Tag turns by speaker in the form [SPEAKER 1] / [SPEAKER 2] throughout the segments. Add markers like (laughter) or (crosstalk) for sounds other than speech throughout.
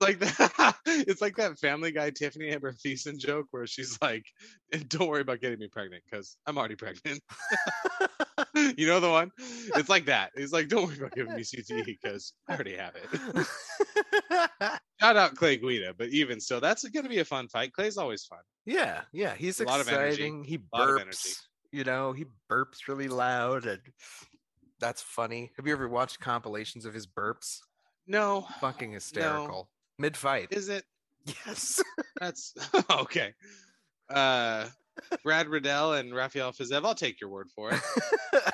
[SPEAKER 1] like that. (laughs) it's like that Family Guy Tiffany Amber Thiessen joke where she's like, "Eh, "Don't worry about getting me pregnant because I'm already pregnant." (laughs) you know the one? It's like that. It's like, "Don't worry about giving me CTE because I already have it." (laughs) Shout out Clay Guida, but even so, that's going to be a fun fight. Clay's always fun.
[SPEAKER 2] (laughs) yeah, yeah. He's
[SPEAKER 1] A lot of energy.
[SPEAKER 2] exciting. He
[SPEAKER 1] A lot of energy.
[SPEAKER 2] burps. You know, he burps really loud, and that's funny. Have you ever watched compilations of his burps?
[SPEAKER 1] No,
[SPEAKER 2] Fucking hysterical. Mid fight.
[SPEAKER 1] is it?
[SPEAKER 2] Yes. (laughs)
[SPEAKER 1] That's (laughs) okay. Uh, Brad Riddell and Raphael Fizev. I'll take your word for it.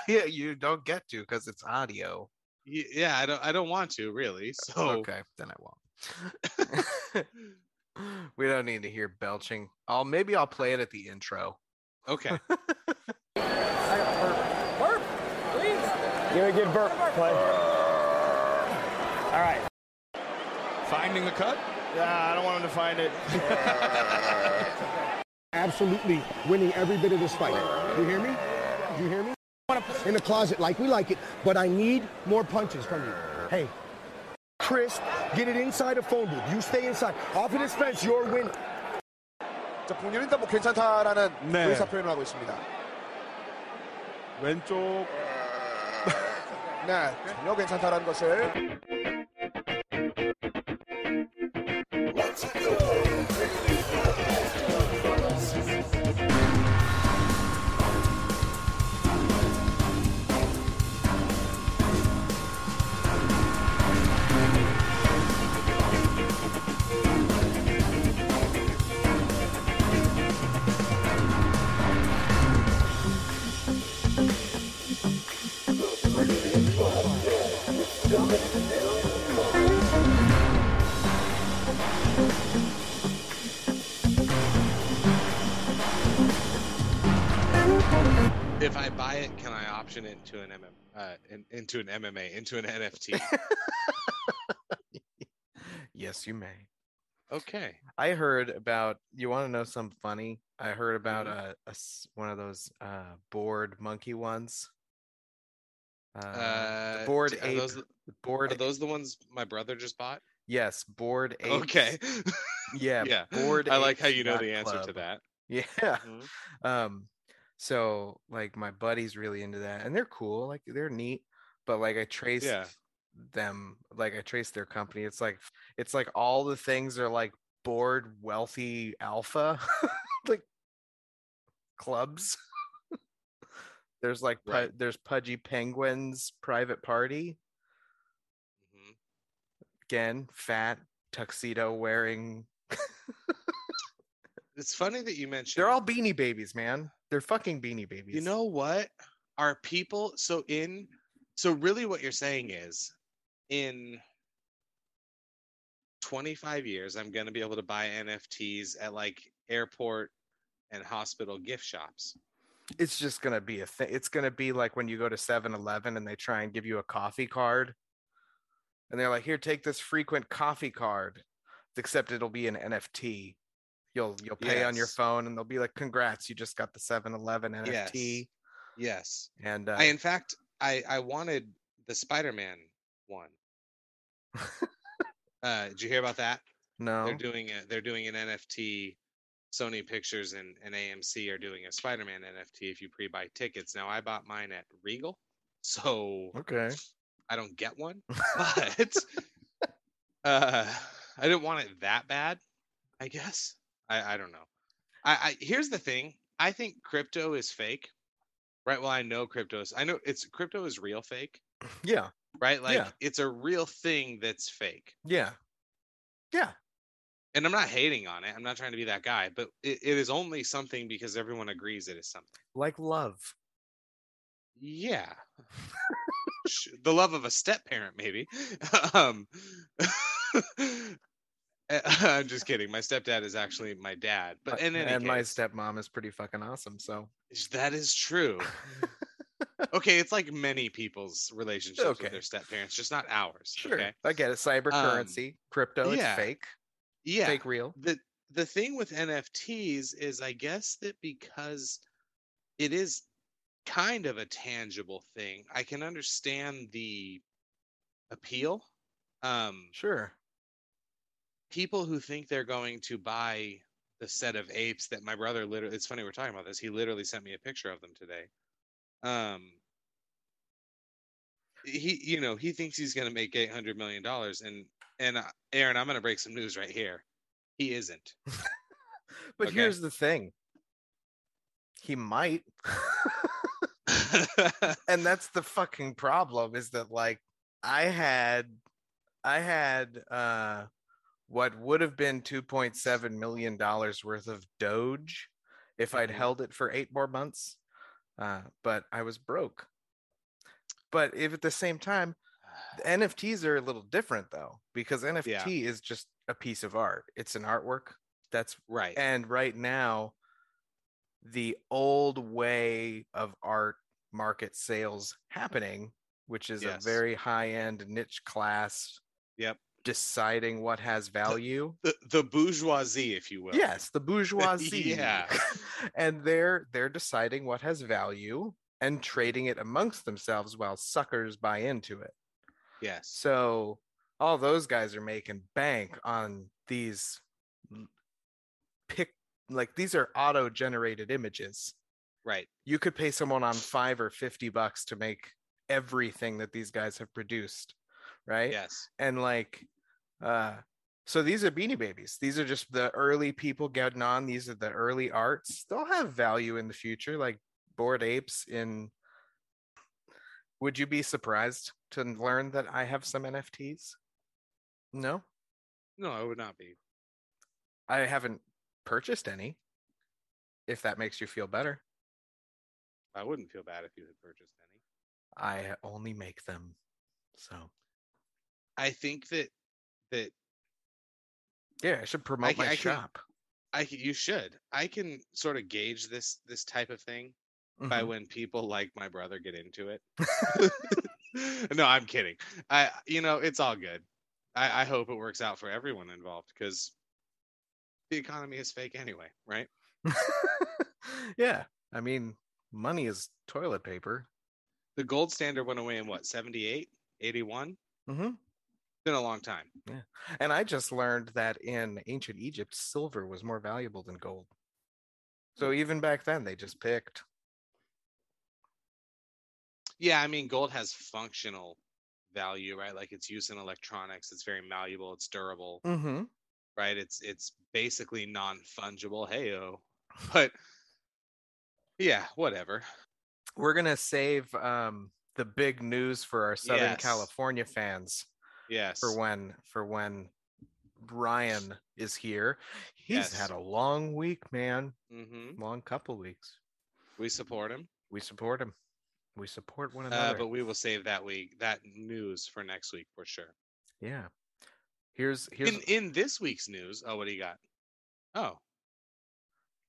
[SPEAKER 2] yeah, you don't get to because it's audio.
[SPEAKER 1] Y- Yeah, I don't. I don't want to really. So
[SPEAKER 2] Okay, then I won't. (laughs) we don't need to hear belching. I'll maybe I'll play it at the intro.
[SPEAKER 1] okay.
[SPEAKER 3] Give a good burp, play. All right.
[SPEAKER 4] Finding the cut.
[SPEAKER 3] Yeah, I don't want him to find it.
[SPEAKER 5] absolutely winning every bit of this fight. You hear me? You hear me? In the closet, like we like it, but I need more punches from you. Hey, Chris, get it inside a phone booth. You stay inside. Off of this fence, you're winning.
[SPEAKER 6] 자, 본인은 뭐 괜찮다라는
[SPEAKER 3] 네.
[SPEAKER 6] 의사 표현을 하고 있습니다.
[SPEAKER 3] 왼쪽
[SPEAKER 6] 네, 전혀 괜찮다라는 것을.
[SPEAKER 1] If I buy it, can I option it into an MM, uh, in, into an MMA, into an
[SPEAKER 2] (laughs)
[SPEAKER 1] NFT?
[SPEAKER 2] Yes, you may.
[SPEAKER 1] okay.
[SPEAKER 2] I heard about you want to know something funny? I heard about
[SPEAKER 1] Mm-hmm.
[SPEAKER 2] uh, a s- one of those uh board monkey ones. Uh,
[SPEAKER 1] Uh,
[SPEAKER 2] board
[SPEAKER 1] d- are
[SPEAKER 2] ape,
[SPEAKER 1] those the-
[SPEAKER 2] board
[SPEAKER 1] Are those the ones my brother just bought?
[SPEAKER 2] yes, board ape.
[SPEAKER 1] Okay. (laughs)
[SPEAKER 2] Yeah,
[SPEAKER 1] yeah.
[SPEAKER 2] board
[SPEAKER 1] I like how
[SPEAKER 2] apes
[SPEAKER 1] you know
[SPEAKER 2] dot
[SPEAKER 1] the answer to
[SPEAKER 2] club.
[SPEAKER 1] that.
[SPEAKER 2] (laughs) Yeah.
[SPEAKER 1] Mhm.
[SPEAKER 2] Um, so like my buddy's really into that and they're cool, like they're neat, but like I traced them, like I traced their company. It's like it's like all the things are like bored wealthy alpha (laughs) like clubs. (laughs) There's like pu-
[SPEAKER 1] Right.
[SPEAKER 2] there's Pudgy Penguins private party.
[SPEAKER 1] Mhm.
[SPEAKER 2] Again, fat tuxedo wearing.
[SPEAKER 1] It's funny that you mentioned.
[SPEAKER 2] They're all beanie babies, man. They're fucking beanie babies.
[SPEAKER 1] You know what? Are people so in? So really, what you're saying is, in 25 years, I'm going to be able to buy NFTs at like airport and hospital gift shops.
[SPEAKER 2] it's just gonna be a thing. It's gonna be like when you go to 7-Eleven and they try and give you a coffee card, and they're like, "Here, take this frequent coffee card," except it'll be an NFT. You'll you'll pay on your
[SPEAKER 1] Yes.
[SPEAKER 2] phone, and they'll be like, "Congrats, you just got the 7-Eleven
[SPEAKER 1] Yes.
[SPEAKER 2] NFT."
[SPEAKER 1] Yes.
[SPEAKER 2] And uh,
[SPEAKER 1] I in fact, I I wanted the Spider-Man
[SPEAKER 2] (laughs)
[SPEAKER 1] one. uh, did you hear about that?
[SPEAKER 2] no,
[SPEAKER 1] They're doing a, they're doing an NFT. Sony Pictures and, and AMC are doing a Spider-Man NFT if you pre-buy tickets. Now I bought mine at Regal, (laughs) so
[SPEAKER 2] okay,
[SPEAKER 1] I don't get one, but uh, I didn't want it that bad. I guess I, I don't know. I, I here's the thing. I think crypto is fake, right? Well, I know crypto is. I know it's crypto is real fake,
[SPEAKER 2] yeah,
[SPEAKER 1] right? Like
[SPEAKER 2] Yeah.
[SPEAKER 1] it's a real thing that's fake.
[SPEAKER 2] yeah, yeah,
[SPEAKER 1] And I'm not hating on it. I'm not trying to be that guy, but it, it is only something because everyone agrees it is something.
[SPEAKER 2] like love. (laughs)
[SPEAKER 1] Yeah. Sh- the love of a step parent, maybe. (laughs) um, eh, (laughs) I'm just kidding. My stepdad is actually my dad, but
[SPEAKER 2] Uh,
[SPEAKER 1] in any
[SPEAKER 2] and my
[SPEAKER 1] case,
[SPEAKER 2] stepmom is pretty fucking awesome. So
[SPEAKER 1] sh- that is
[SPEAKER 2] (laughs)
[SPEAKER 1] true. okay, it's like many people's relationships
[SPEAKER 2] Okay.
[SPEAKER 1] with their step parents, just not ours.
[SPEAKER 2] sure,
[SPEAKER 1] Okay.
[SPEAKER 2] I get it. Cyber
[SPEAKER 1] Um,
[SPEAKER 2] currency, crypto,
[SPEAKER 1] yeah.
[SPEAKER 2] it's fake,
[SPEAKER 1] Yeah.
[SPEAKER 2] fake real.
[SPEAKER 1] the the thing with NFTs is I guess that because it is kind of a tangible thing, I can understand the appeal. Um
[SPEAKER 2] Sure.
[SPEAKER 1] people who think they're going to buy the set of apes that my brother literally it's funny we're talking about this he literally sent me a picture of them today um he you know he thinks he's going to make 800 million dollars and and uh, aaron i'm going to break some news right here he isn't
[SPEAKER 2] But
[SPEAKER 1] Okay.
[SPEAKER 2] here's the thing. He might. and that's the fucking problem is that like I had I had uh what would have been 2.7 million dollars worth of doge if I'd
[SPEAKER 1] Mhm.
[SPEAKER 2] held it for 8 more months. Uh but I was broke. But if at the same time the NFTs are a little different though because NFT is just a piece of art. It's an artwork. That's
[SPEAKER 1] right
[SPEAKER 2] and (laughs) right now, the old way of art market sales happening, which is
[SPEAKER 1] Yes.
[SPEAKER 2] a very high end niche class.
[SPEAKER 1] Yep.
[SPEAKER 2] Deciding what has value.
[SPEAKER 1] the, the bourgeoisie if you will
[SPEAKER 2] yes, the bourgeoisie.
[SPEAKER 1] (laughs)
[SPEAKER 2] (laughs)
[SPEAKER 1] Yeah.
[SPEAKER 2] and they're they're deciding what has value and trading it amongst themselves while suckers buy into it.
[SPEAKER 1] yes
[SPEAKER 2] So all those guys are making bank on these l- pick like these are auto generated images.
[SPEAKER 1] right
[SPEAKER 2] You could pay someone on five or 50 bucks to make everything that these guys have produced, right?
[SPEAKER 1] yes
[SPEAKER 2] And like, uh, so these are beanie babies. These are just the early people getting on. These are the early arts. They'll have value in the future, like bored apes. In would you be surprised to learn that I have some NFTs? No,
[SPEAKER 1] no it would not be
[SPEAKER 2] I haven't purchased any. If that makes you feel better,
[SPEAKER 1] i wouldn't feel bad if you had purchased any
[SPEAKER 2] I only make them. So
[SPEAKER 1] i think that that
[SPEAKER 2] yeah, I should promote
[SPEAKER 1] ca-
[SPEAKER 2] my
[SPEAKER 1] I can-
[SPEAKER 2] shop. (laughs)
[SPEAKER 1] i c- you should i can sort of gauge this this type of thing by
[SPEAKER 2] Mhm.
[SPEAKER 1] when people like my brother get into it. (laughs) no, I'm kidding. I you know, it's all good. I, I hope it works out for everyone involved because the economy is fake anyway, right?
[SPEAKER 2] yeah, I mean, money is toilet paper.
[SPEAKER 1] The gold standard went away in what, 78, 81?
[SPEAKER 2] Mm-hmm.
[SPEAKER 1] Been a long time.
[SPEAKER 2] And I just learned that in ancient Egypt, silver was more valuable than gold. So
[SPEAKER 1] Hmm.
[SPEAKER 2] even back then, they just picked.
[SPEAKER 1] Yeah, I mean gold has functional value, right? Like its use in electronics, it's very malleable, it's durable.
[SPEAKER 2] Mm-hmm.
[SPEAKER 1] right? It's it's basically non-fungible. Heyo, (laughs) but yeah, whatever.
[SPEAKER 2] We're gonna save um, the big news for our Southern
[SPEAKER 1] Yes.
[SPEAKER 2] California fans
[SPEAKER 1] Yes,
[SPEAKER 2] for when for when Ryan is here. He's
[SPEAKER 1] Yes.
[SPEAKER 2] had a long week, man.
[SPEAKER 1] hmm
[SPEAKER 2] Long couple weeks.
[SPEAKER 1] we support him,
[SPEAKER 2] We support him. We support one
[SPEAKER 1] uh,
[SPEAKER 2] another.
[SPEAKER 1] but we will save that week that news for next week for sure.
[SPEAKER 2] yeah. Here's here's
[SPEAKER 1] In in this week's news, oh, what do you got? Oh,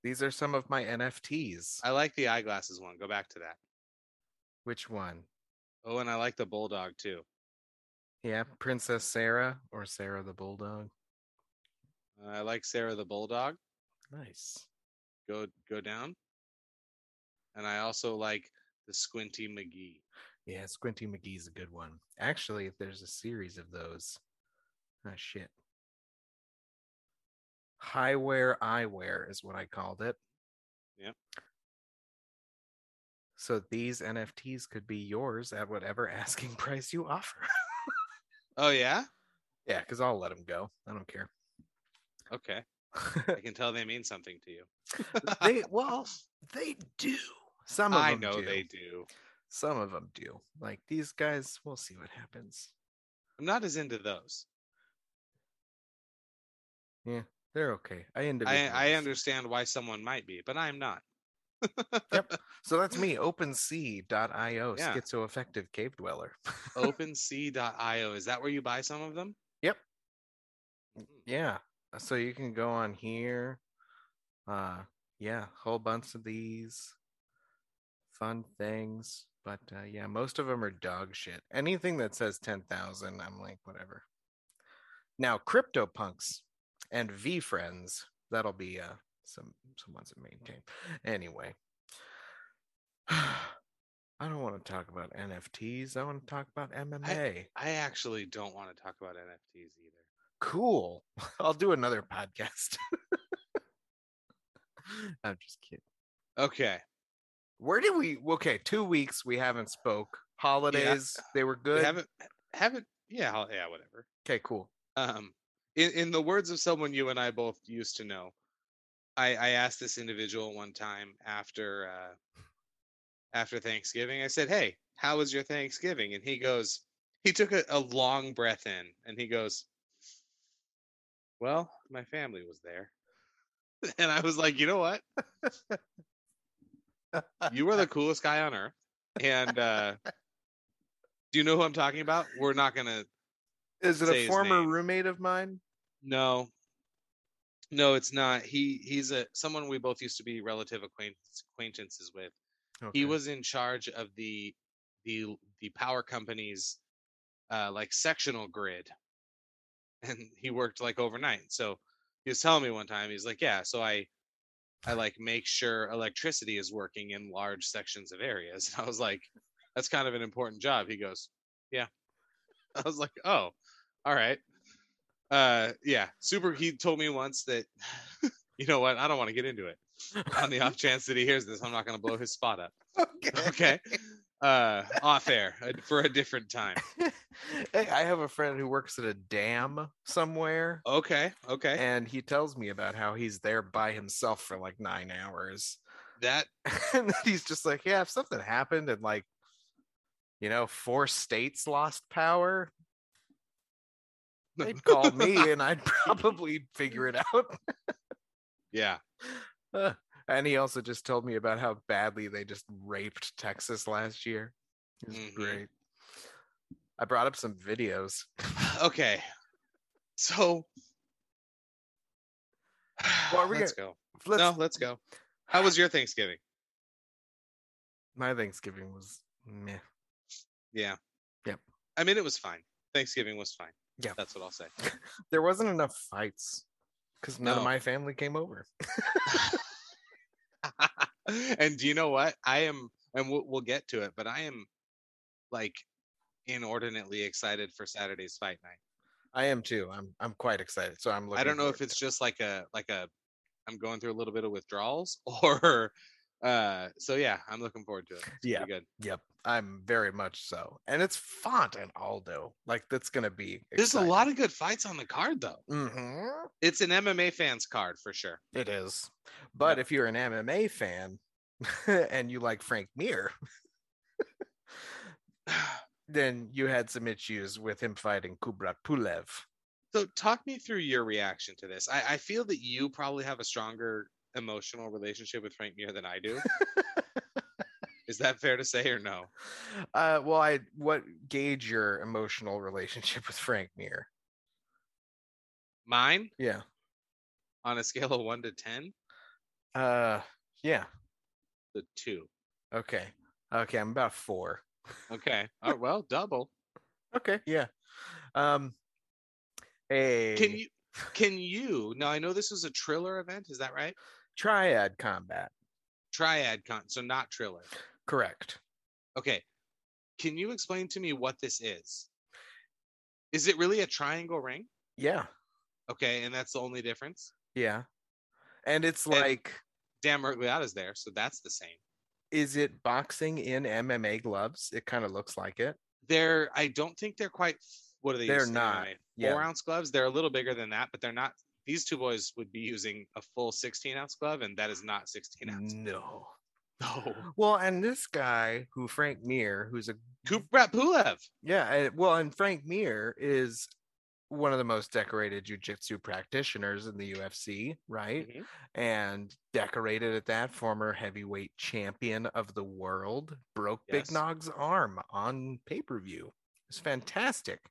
[SPEAKER 2] these are some of my NFTs.
[SPEAKER 1] I like the eyeglasses one. Go back to that.
[SPEAKER 2] Which one?
[SPEAKER 1] Oh, and I like the bulldog too.
[SPEAKER 2] Yeah, Princess Sarah or Sarah the Bulldog.
[SPEAKER 1] Uh, I like Sarah the bulldog.
[SPEAKER 2] Nice.
[SPEAKER 1] Go go down. And I also like the squinty McGee.
[SPEAKER 2] Yeah, Squinty McGee's a good one. Actually, there's a series of those. Ah, shit. Highwear eyewear is what I called it.
[SPEAKER 1] Yep.
[SPEAKER 2] So these NFTs could be yours at whatever (laughs) asking price you offer. (laughs)
[SPEAKER 1] Oh yeah.
[SPEAKER 2] yeah, because I'll let them go. I don't care. (laughs)
[SPEAKER 1] Okay. I can tell they mean something to you.
[SPEAKER 2] they well, they do. Some of
[SPEAKER 1] I
[SPEAKER 2] them
[SPEAKER 1] know
[SPEAKER 2] do.
[SPEAKER 1] they do.
[SPEAKER 2] Some of them do. Like these guys, we'll see what happens.
[SPEAKER 1] I'm not as into those.
[SPEAKER 2] They're okay. I
[SPEAKER 1] I, I
[SPEAKER 2] individualize.
[SPEAKER 1] understand why someone might be, but I'm not.
[SPEAKER 2] So that's me, OpenSea.io,
[SPEAKER 1] Yeah.
[SPEAKER 2] schizoaffective cave dweller.
[SPEAKER 1] OpenSea.io. Is that where you buy some of them?
[SPEAKER 2] yeah. So you can go on here. Uh yeah, whole bunch of these fun things. But uh, yeah, most of them are dog shit. Anything that says 10,000, I'm like, whatever. Now, CryptoPunks and V Friends, that'll be uh, some, some ones that maintain. Anyway, (sighs) I don't want to talk about NFTs. I want to talk about MMA.
[SPEAKER 1] I actually don't want to talk about NFTs either.
[SPEAKER 2] Cool. (laughs) I'll do another podcast. (laughs) I'm just kidding.
[SPEAKER 1] Okay.
[SPEAKER 2] Where did we? Okay, two weeks we haven't spoke. Holidays they were
[SPEAKER 1] We
[SPEAKER 2] good.
[SPEAKER 1] haven't haven't yeah, I'll- yeah, whatever.
[SPEAKER 2] okay, cool.
[SPEAKER 1] Um in, in the words of someone you and I both used to know, I, I asked this individual one time after uh after Thanksgiving, I said, Hey, how was your Thanksgiving? And he goes, he took a, a long breath in and he goes, Well, my family was there. (laughs) And I was like, you know what? you were the coolest guy on earth. And uh do you know who I'm talking about? We're not gonna
[SPEAKER 2] Is it
[SPEAKER 1] Say
[SPEAKER 2] a
[SPEAKER 1] his
[SPEAKER 2] former
[SPEAKER 1] name.
[SPEAKER 2] roommate of mine?
[SPEAKER 1] no. No, it's not. He he's a someone we both used to be relative acquaintance, acquaintances with.
[SPEAKER 2] Okay.
[SPEAKER 1] He was in charge of the the the power company's uh like sectional grid. And he worked like overnight. So he was telling me one time, he's like, Yeah, so I I like make sure electricity is working in large sections of areas. (laughs) And I was like, That's kind of an important job. He goes, Yeah. (laughs) I was like, Oh, all right. Uh yeah. Super he told me once that (laughs) you know what, I don't want to get into it. On the off chance that he hears this, I'm not gonna blow his spot up.
[SPEAKER 2] Okay.
[SPEAKER 1] Okay. Uh off air uh, for a different time.
[SPEAKER 2] hey, I have a friend who works at a dam somewhere,
[SPEAKER 1] Okay, okay.
[SPEAKER 2] and he tells me about how he's there by himself for like nine hours.
[SPEAKER 1] That
[SPEAKER 2] (laughs) and then he's just like, yeah, if something happened and like, you know, four states lost power,
[SPEAKER 1] (laughs)
[SPEAKER 2] they'd call me and I'd probably figure it out. (laughs)
[SPEAKER 1] yeah.
[SPEAKER 2] and he also just told me about how badly they just raped Texas last year. It was
[SPEAKER 1] Mhm.
[SPEAKER 2] great. I brought up some videos.
[SPEAKER 1] Okay. So (sighs)
[SPEAKER 2] Well, are we
[SPEAKER 1] let's go.
[SPEAKER 2] Let's,
[SPEAKER 1] no, let's go. How was your Thanksgiving?
[SPEAKER 2] My Thanksgiving was meh.
[SPEAKER 1] Yeah.
[SPEAKER 2] Yep.
[SPEAKER 1] I mean, it was fine. Thanksgiving was fine.
[SPEAKER 2] Yeah.
[SPEAKER 1] That's what I'll say. (laughs)
[SPEAKER 2] There wasn't enough fights because none
[SPEAKER 1] No.
[SPEAKER 2] of my family came over.
[SPEAKER 1] and do you know what? I am, and we'll, we'll get to it, but I am like inordinately excited for Saturday's fight night.
[SPEAKER 2] I am too. I'm I'm quite excited. So I'm looking.
[SPEAKER 1] I don't know if
[SPEAKER 2] forward
[SPEAKER 1] it's just like a like a I'm going through a little bit of withdrawals (laughs) or uh so yeah, I'm looking forward to it. It's
[SPEAKER 2] Yeah.
[SPEAKER 1] pretty good.
[SPEAKER 2] Yep, I'm very much so. And it's Font and Aldo. Like that's gonna be.
[SPEAKER 1] There's a lot of good fights on the card though.
[SPEAKER 2] hmm
[SPEAKER 1] It's an MMA fans card for sure. (sighs)
[SPEAKER 2] It is, but if you're an MMA fan (laughs) and you like Frank Mir, then you had some issues with him fighting Kubrat Pulev.
[SPEAKER 1] So talk me through your reaction to this. I, I feel that you probably have a stronger emotional relationship with Frank Mir than I do. Is that fair to say or no?
[SPEAKER 2] Uh, well, I what gauge your emotional (laughs) relationship with Frank Mir?
[SPEAKER 1] Mine
[SPEAKER 2] Yeah.
[SPEAKER 1] on a scale of one to ten,
[SPEAKER 2] Uh, yeah.
[SPEAKER 1] the two.
[SPEAKER 2] Okay. Okay, I'm about four.
[SPEAKER 1] Okay. Oh well, double.
[SPEAKER 2] Okay. Yeah. Um. Hey.
[SPEAKER 1] Can you can you now I know this is a Triller event, is that right?
[SPEAKER 2] triad combat?
[SPEAKER 1] Triad con so not Triller.
[SPEAKER 2] Correct.
[SPEAKER 1] Okay. Can you explain to me what this is? Is it really a triangle ring?
[SPEAKER 2] Yeah.
[SPEAKER 1] Okay, and that's the only difference.
[SPEAKER 2] Yeah. And it's
[SPEAKER 1] And-
[SPEAKER 2] like,
[SPEAKER 1] Damn Mergliata's there, so that's the same.
[SPEAKER 2] is it boxing in MMA gloves? It kind of looks like it.
[SPEAKER 1] They're I don't think they're quite what are they?
[SPEAKER 2] They're
[SPEAKER 1] used in
[SPEAKER 2] not,
[SPEAKER 1] MMA?
[SPEAKER 2] yeah.
[SPEAKER 1] Four ounce gloves. They're a little bigger than that, but they're not. These two boys would be using a full sixteen ounce glove, and that is not sixteen ounce.
[SPEAKER 2] No.
[SPEAKER 1] (gasps) No,
[SPEAKER 2] Well, and this guy who Frank Mir, who's a
[SPEAKER 1] Kubrat Pulev.
[SPEAKER 2] yeah, I- well, and Frank Mir is one of the most decorated jujitsu practitioners in the UFC, right?
[SPEAKER 1] Mhm.
[SPEAKER 2] and decorated at that former heavyweight champion of the world broke
[SPEAKER 1] Yes.
[SPEAKER 2] big nog's arm on pay-per-view it's fantastic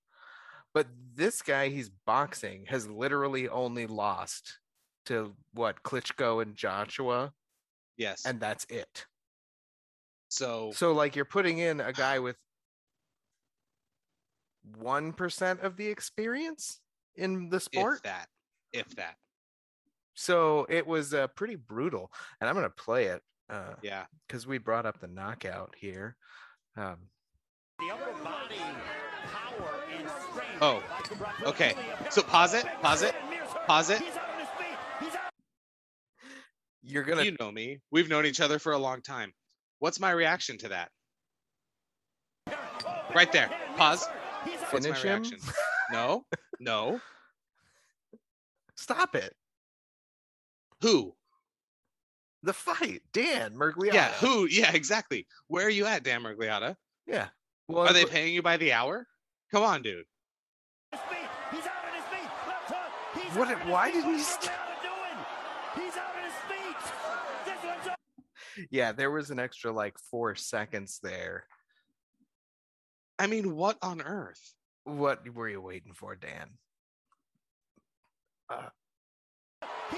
[SPEAKER 2] but this guy he's boxing has literally only lost to what klitschko and joshua
[SPEAKER 1] Yes, and
[SPEAKER 2] and that's it
[SPEAKER 1] so
[SPEAKER 2] so like you're putting in a guy with 1% of the experience in the sport
[SPEAKER 1] if that, if that,
[SPEAKER 2] so it was uh, pretty brutal and i'm going to play it uh,
[SPEAKER 1] yeah.
[SPEAKER 2] because we brought up the knockout here. Um,
[SPEAKER 7] The upper body power and strength
[SPEAKER 1] Oh, okay. So pause it, pause it, pause it.
[SPEAKER 2] You're gonna
[SPEAKER 1] You know me. We've known each other for a long time. What's my reaction to that? Right there. Pause. What's my
[SPEAKER 2] Finish him?
[SPEAKER 1] reaction? No, no.
[SPEAKER 2] stop it.
[SPEAKER 1] Who?
[SPEAKER 2] The fight, Dan Mergliata.
[SPEAKER 1] Yeah, who? Yeah, exactly. Where are you at, Dan Mergliotta?
[SPEAKER 2] Yeah. Well,
[SPEAKER 1] Are they
[SPEAKER 2] but-
[SPEAKER 1] paying you by the hour? Come on, dude.
[SPEAKER 2] What? Why didn't he? St- yeah, there was an extra like four seconds there.
[SPEAKER 1] I mean, what on earth?
[SPEAKER 2] What were you waiting for, Dan? Uh,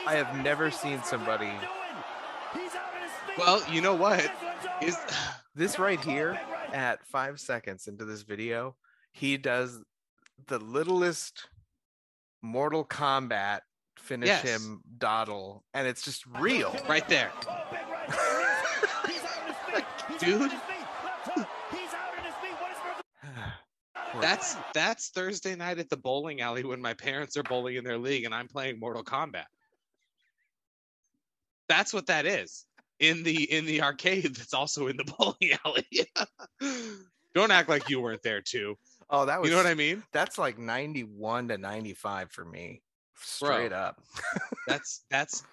[SPEAKER 2] I have never seen somebody
[SPEAKER 1] Well, you know what? Is (sighs) (laughs)
[SPEAKER 2] this right here at five seconds into this video. He does the littlest Mortal Kombat finish
[SPEAKER 1] Yes.
[SPEAKER 2] him doddle, and it's just real. (sighs)
[SPEAKER 1] right there. Dude,
[SPEAKER 2] Poor
[SPEAKER 1] that's that's Thursday night at the bowling alley when my parents are bowling in their league and I'm playing Mortal Kombat. That's what that is. In the in the arcade that's also in the (laughs) bowling alley. (laughs) Don't act like you weren't there too.
[SPEAKER 2] Oh, that was
[SPEAKER 1] You know what I mean?
[SPEAKER 2] that's like 91 to 95 for me. Straight up. (laughs)
[SPEAKER 1] That's that's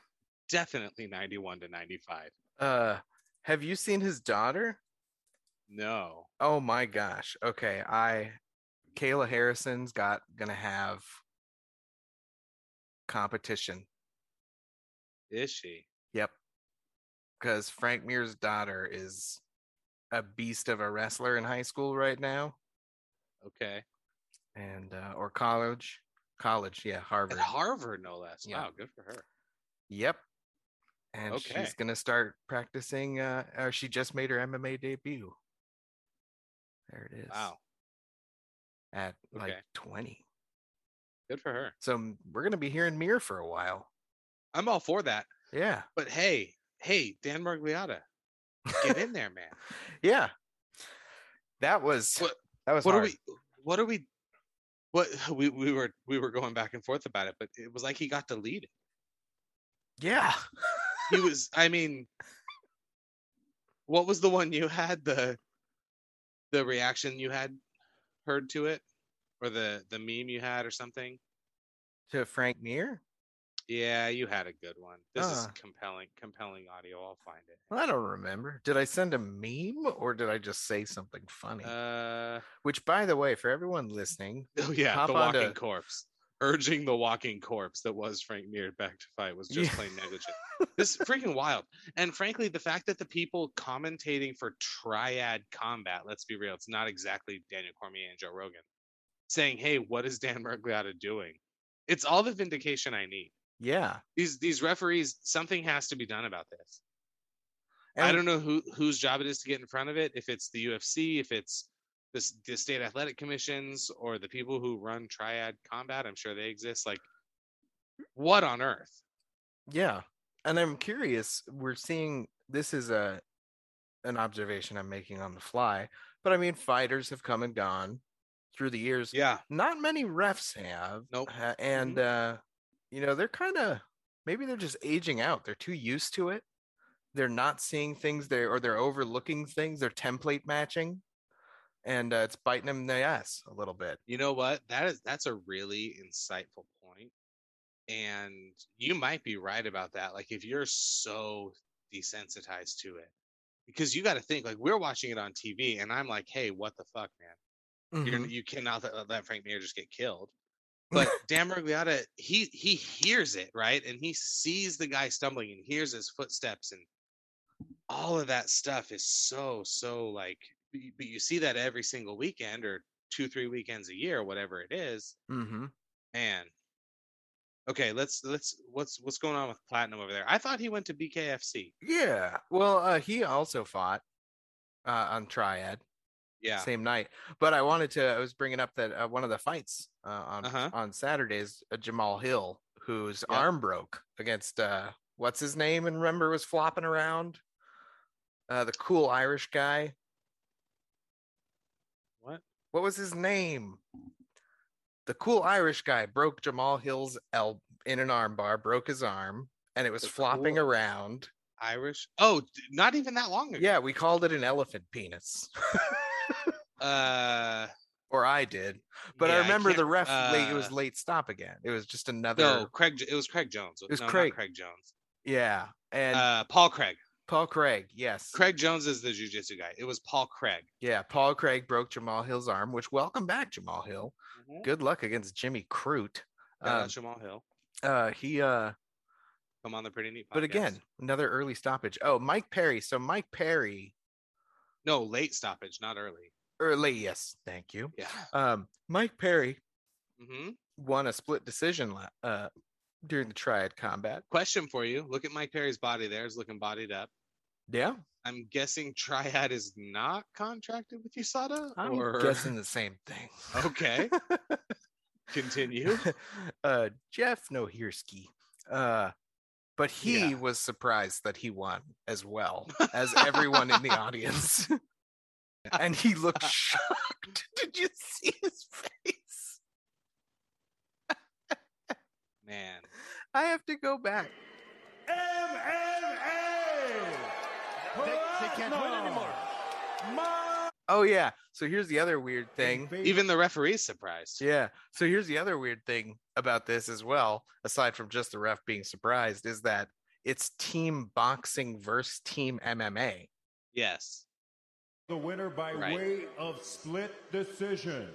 [SPEAKER 1] definitely 91 to 95.
[SPEAKER 2] Uh have you seen his daughter?
[SPEAKER 1] No.
[SPEAKER 2] Oh my gosh. Okay, I Kayla Harrison's got going to have competition.
[SPEAKER 1] Is she?
[SPEAKER 2] Yep. Cuz Frank Muir's daughter is a beast of a wrestler in high school right now
[SPEAKER 1] Okay.
[SPEAKER 2] and uh, or college. College, yeah,
[SPEAKER 1] At
[SPEAKER 2] Harvard.
[SPEAKER 1] Harvard, no less.
[SPEAKER 2] Yeah.
[SPEAKER 1] Wow, good for her.
[SPEAKER 2] Yep. And
[SPEAKER 1] Okay.
[SPEAKER 2] she's going to start practicing. Uh, or she just made her MMA debut. There it is.
[SPEAKER 1] Wow,
[SPEAKER 2] At like
[SPEAKER 1] Okay.
[SPEAKER 2] 20.
[SPEAKER 1] good for her.
[SPEAKER 2] So m- we're going to be hearing Mir for a while.
[SPEAKER 1] I'm all for that.
[SPEAKER 2] Yeah.
[SPEAKER 1] But hey, hey, Dan Margliotta, get in there, man.
[SPEAKER 2] Yeah. That was,
[SPEAKER 1] What-
[SPEAKER 2] that was,
[SPEAKER 1] what
[SPEAKER 2] hard.
[SPEAKER 1] are we? What are we? What (laughs) we we were we were going back and forth about it, but it was like he got deleted.
[SPEAKER 2] yeah. (laughs)
[SPEAKER 1] He was. I mean, what was the one you had the the reaction you had heard to it, or the the meme you had or something?
[SPEAKER 2] To Frank Mir?
[SPEAKER 1] Yeah, you had a good one. This is
[SPEAKER 2] Uh.
[SPEAKER 1] compelling, compelling audio. I'll find it.
[SPEAKER 2] Well, I don't remember. Did I send a meme or did I just say something funny?
[SPEAKER 1] Uh,
[SPEAKER 2] Which, by the way, for everyone listening,
[SPEAKER 1] (laughs) Oh yeah,
[SPEAKER 2] Hop
[SPEAKER 1] the walking
[SPEAKER 2] onto-
[SPEAKER 1] corpse. Urging the walking corpse that was Frank Mir back to fight was just
[SPEAKER 2] Yeah.
[SPEAKER 1] plain negligent. This is freaking wild. And frankly, the fact that the people commentating for triad combat, let's be real, it's not exactly Daniel Cormier and Joe Rogan, saying, Hey, what is Dan Mergliotta doing? It's all the vindication I need.
[SPEAKER 2] yeah.
[SPEAKER 1] These these referees, something has to be done about this. I
[SPEAKER 2] And-
[SPEAKER 1] don't know who whose job it is to get in front of it. If it's the UFC, if it's the, s- the state athletic commissions, or the people who run Triad Combat, I'm sure they exist. Like, what on earth?
[SPEAKER 2] Yeah. And I'm curious, we're seeing this is a an observation I'm making on the fly, but I mean fighters have come and gone through the years.
[SPEAKER 1] Yeah,
[SPEAKER 2] Not many refs have.
[SPEAKER 1] Nope. Mm-hmm.
[SPEAKER 2] uh, and uh you know, they're kind of maybe they're just aging out. They're too used to it. They're not seeing things they or they're overlooking things. They're template matching. And uh, it's biting them in the ass a little bit.
[SPEAKER 1] you know what? That is that's a really insightful point, and you might be right about that. Like, if you're so desensitized to it, because you got to think like we're watching it on TV, and I'm like, hey, what the fuck, man? You're,
[SPEAKER 2] Mhm.
[SPEAKER 1] you cannot let, uh, let Frank Mir just get killed.
[SPEAKER 2] (laughs)
[SPEAKER 1] But Dan Mergliotta, he he hears it right, and he sees the guy stumbling and hears his footsteps, and all of that stuff is so so like. But you- but you see that every single weekend or two three weekends a year, whatever it is.
[SPEAKER 2] Mhm.
[SPEAKER 1] Man, okay, let's let's what's what's going on with Platinum over there? I thought he went to BKFC.
[SPEAKER 2] Yeah. Well, uh, he also fought uh, on Triad.
[SPEAKER 1] Yeah,
[SPEAKER 2] same night. But I wanted to. I was bringing up that uh, one of the fights uh, on
[SPEAKER 1] Uh-huh.
[SPEAKER 2] on Saturdays, uh, Jamal Hill, whose
[SPEAKER 1] Yep.
[SPEAKER 2] arm broke against uh, what's his name, and remember was flopping around, uh, the cool Irish guy.
[SPEAKER 1] What?
[SPEAKER 2] What was his name? the cool Irish guy broke Jamal Hill's elbow in an arm bar, broke his arm, and it was
[SPEAKER 1] The
[SPEAKER 2] flopping
[SPEAKER 1] cool-
[SPEAKER 2] around.
[SPEAKER 1] Irish. Oh, d- not even that long ago.
[SPEAKER 2] Yeah, we called it an elephant penis, (laughs)
[SPEAKER 1] Uh,
[SPEAKER 2] or I did. But
[SPEAKER 1] yeah,
[SPEAKER 2] I remember
[SPEAKER 1] can't-
[SPEAKER 2] the ref late, it was
[SPEAKER 1] uh,
[SPEAKER 2] late stop again. It was just another
[SPEAKER 1] No, Craig. J- It was Craig Jones.
[SPEAKER 2] was
[SPEAKER 1] no, not
[SPEAKER 2] Craig.
[SPEAKER 1] Craig Jones.
[SPEAKER 2] yeah. And
[SPEAKER 1] Uh, Paul Craig.
[SPEAKER 2] Paul Craig, yes.
[SPEAKER 1] Craig Jones is the jujitsu guy. It was Paul Craig.
[SPEAKER 2] Yeah, Paul Craig broke Jamal Hill's arm, which welcome back, Jamal Hill.
[SPEAKER 1] Mhm.
[SPEAKER 2] Good luck against Jimmy Crute.
[SPEAKER 1] Shout out
[SPEAKER 2] Um,
[SPEAKER 1] Jamal Hill.
[SPEAKER 2] uh, he uh
[SPEAKER 1] Come on the pretty neat.
[SPEAKER 2] but
[SPEAKER 1] Podcast.
[SPEAKER 2] again, another early stoppage. Oh, Mike Perry. So Mike Perry
[SPEAKER 1] no late stoppage, not early.
[SPEAKER 2] early, yes, thank you.
[SPEAKER 1] Yeah.
[SPEAKER 2] Um, Mike Perry
[SPEAKER 1] hmm
[SPEAKER 2] won a split decision la- uh during the triad combat.
[SPEAKER 1] Question for you. Look at Mike Perry's body. There, he's looking bodied up.
[SPEAKER 2] Yeah,
[SPEAKER 1] I'm guessing Triad is not contracted with USADA.
[SPEAKER 2] I'm
[SPEAKER 1] or (laughs)
[SPEAKER 2] guessing the same thing. (laughs)
[SPEAKER 1] okay, continue.
[SPEAKER 2] uh Jeff Nohirski. Uh but he
[SPEAKER 1] Yeah.
[SPEAKER 2] was surprised that he won as well as everyone in the audience. and he looked shocked. (laughs) Did you see his face?
[SPEAKER 1] Man,
[SPEAKER 2] I have to go back.
[SPEAKER 3] They can't win anymore.
[SPEAKER 2] Oh yeah. So here's the other weird thing.
[SPEAKER 1] even the referee's surprised.
[SPEAKER 2] Yeah. So here's the other weird thing about this as well, aside from just the ref being surprised, is that it's team boxing versus team MMA.
[SPEAKER 1] Yes.
[SPEAKER 7] The winner by
[SPEAKER 1] Right.
[SPEAKER 7] way of split decision.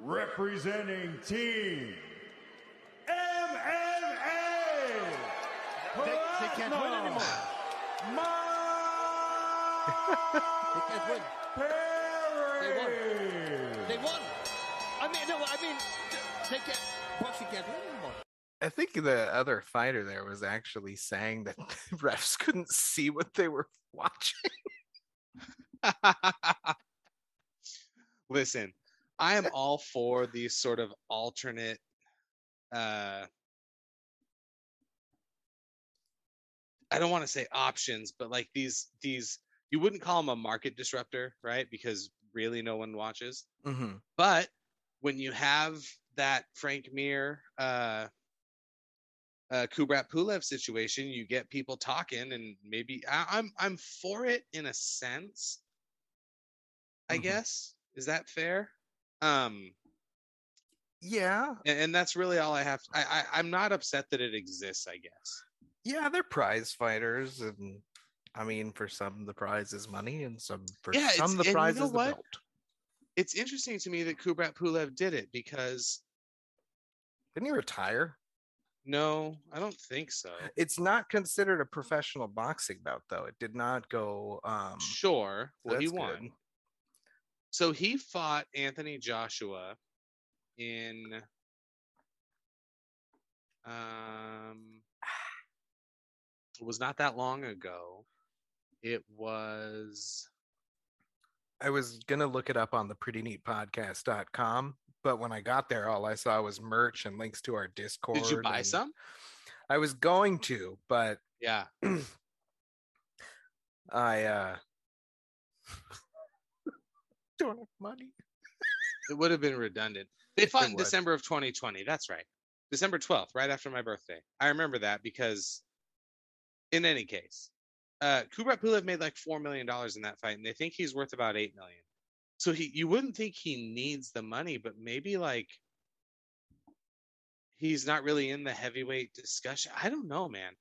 [SPEAKER 7] Representing team MMA.
[SPEAKER 3] They, they can't win
[SPEAKER 7] Plasma.
[SPEAKER 3] anymore.
[SPEAKER 7] Mike
[SPEAKER 8] They can't win.
[SPEAKER 7] Perry.
[SPEAKER 8] They won. I mean, no, I mean, they can't. Boxing can't win anymore.
[SPEAKER 2] I think the other fighter there was actually saying that (laughs) refs couldn't see what they were (laughs) watching.
[SPEAKER 1] (laughs) Listen, I am all for these sort of alternate uh I don't want to say options, but like these these you wouldn't call them a market disruptor, right? Because really no one watches.
[SPEAKER 2] Mm-hmm.
[SPEAKER 1] But when you have that Frank Mir uh uh, Kubrat Pulev situation, you get people talking, and maybe I, I'm I'm for it in a sense. I
[SPEAKER 2] Mhm.
[SPEAKER 1] guess is that fair? Um,
[SPEAKER 2] Yeah.
[SPEAKER 1] and, and that's really all I have. I, I I'm not upset that it exists. I guess.
[SPEAKER 2] Yeah, they're prize fighters. And I mean, for some, the prize is money, and some, for
[SPEAKER 1] Yeah,
[SPEAKER 2] some,
[SPEAKER 1] it's- and
[SPEAKER 2] the
[SPEAKER 1] you
[SPEAKER 2] prize
[SPEAKER 1] know
[SPEAKER 2] is
[SPEAKER 1] what?
[SPEAKER 2] the belt.
[SPEAKER 1] It's interesting to me that Kubrat Pulev did it because
[SPEAKER 2] Didn't he retire?
[SPEAKER 1] no, I don't think
[SPEAKER 2] (sighs)
[SPEAKER 1] so.
[SPEAKER 2] It's not considered a professional boxing bout, though. It did not go. Um, so
[SPEAKER 1] Sure, well he
[SPEAKER 2] that's
[SPEAKER 1] won.
[SPEAKER 2] good.
[SPEAKER 1] So he fought Anthony Joshua in um it was not that long ago. It was
[SPEAKER 2] I was gonna look it up on the pretty neat podcast.com, but when I got there, all I saw was merch and links to our Discord.
[SPEAKER 1] Did you buy
[SPEAKER 2] and-
[SPEAKER 1] some?
[SPEAKER 2] I was going to, but
[SPEAKER 1] Yeah.
[SPEAKER 2] I uh (laughs) don't have money.
[SPEAKER 1] It would have been redundant. They fought in
[SPEAKER 2] would.
[SPEAKER 1] December of 2020. That's right. December 12th, right after my birthday. I remember that because in any case, uh Kubrat Pulev made like 4 million dollars in that fight and they think he's worth about 8 million. So he you wouldn't think he needs the money, but maybe like he's not really in the heavyweight discussion. I don't know, man.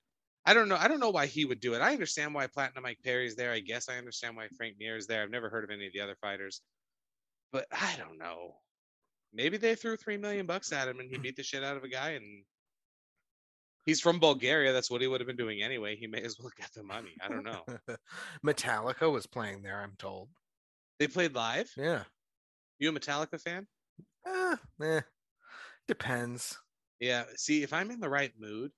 [SPEAKER 1] I don't know. I don't know why he would do it. I understand why Platinum Mike Perry's there. I guess I understand why Frank Mir is there. I've never heard of any of the other fighters. But I don't know. Maybe they threw three million bucks at him and he beat the shit out of a guy and he's from Bulgaria. That's what he would have been doing anyway. He may as well get the money. I don't
[SPEAKER 2] (laughs)
[SPEAKER 1] know.
[SPEAKER 2] Metallica was playing there, I'm told.
[SPEAKER 1] they played live.
[SPEAKER 2] Yeah.
[SPEAKER 1] You a Metallica fan?
[SPEAKER 2] Eh, eh, Depends.
[SPEAKER 1] Yeah. See, if I'm in the right mood,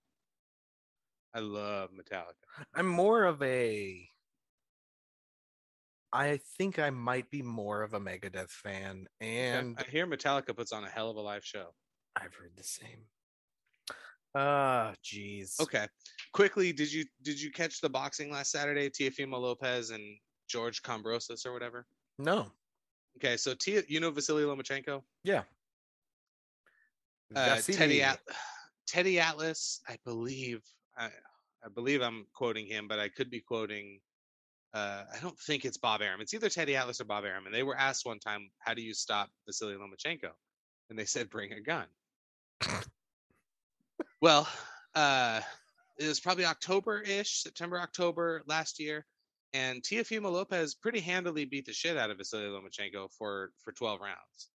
[SPEAKER 1] I love Metallica.
[SPEAKER 2] I'm more of a I think I might be more of a Megadeth fan
[SPEAKER 1] Yeah,
[SPEAKER 2] and
[SPEAKER 1] I hear Metallica puts on a hell of a live show.
[SPEAKER 2] I've heard the same. Ah, jeez.
[SPEAKER 1] Okay. Quickly, did you did you catch the boxing last Saturday? Tiafimo Lopez and George Combrosis or whatever.
[SPEAKER 2] No.
[SPEAKER 1] Okay, so Tia, you know Vasily Lomachenko?
[SPEAKER 2] Yeah.
[SPEAKER 1] uh,
[SPEAKER 2] Vessi
[SPEAKER 1] Teddy
[SPEAKER 2] B.
[SPEAKER 1] At- Teddy Atlas, I believe. I, I believe I'm quoting him, but I could be quoting. Uh, I don't think it's Bob Arum. It's either Teddy Atlas or Bob Arum. And they were asked one time, "How do you stop Vasily Lomachenko?" And they said, "Bring a gun." well, uh, it was probably October-ish, September, October last year, and Teofimo Lopez pretty handily beat the shit out of Vasily Lomachenko for for 12 rounds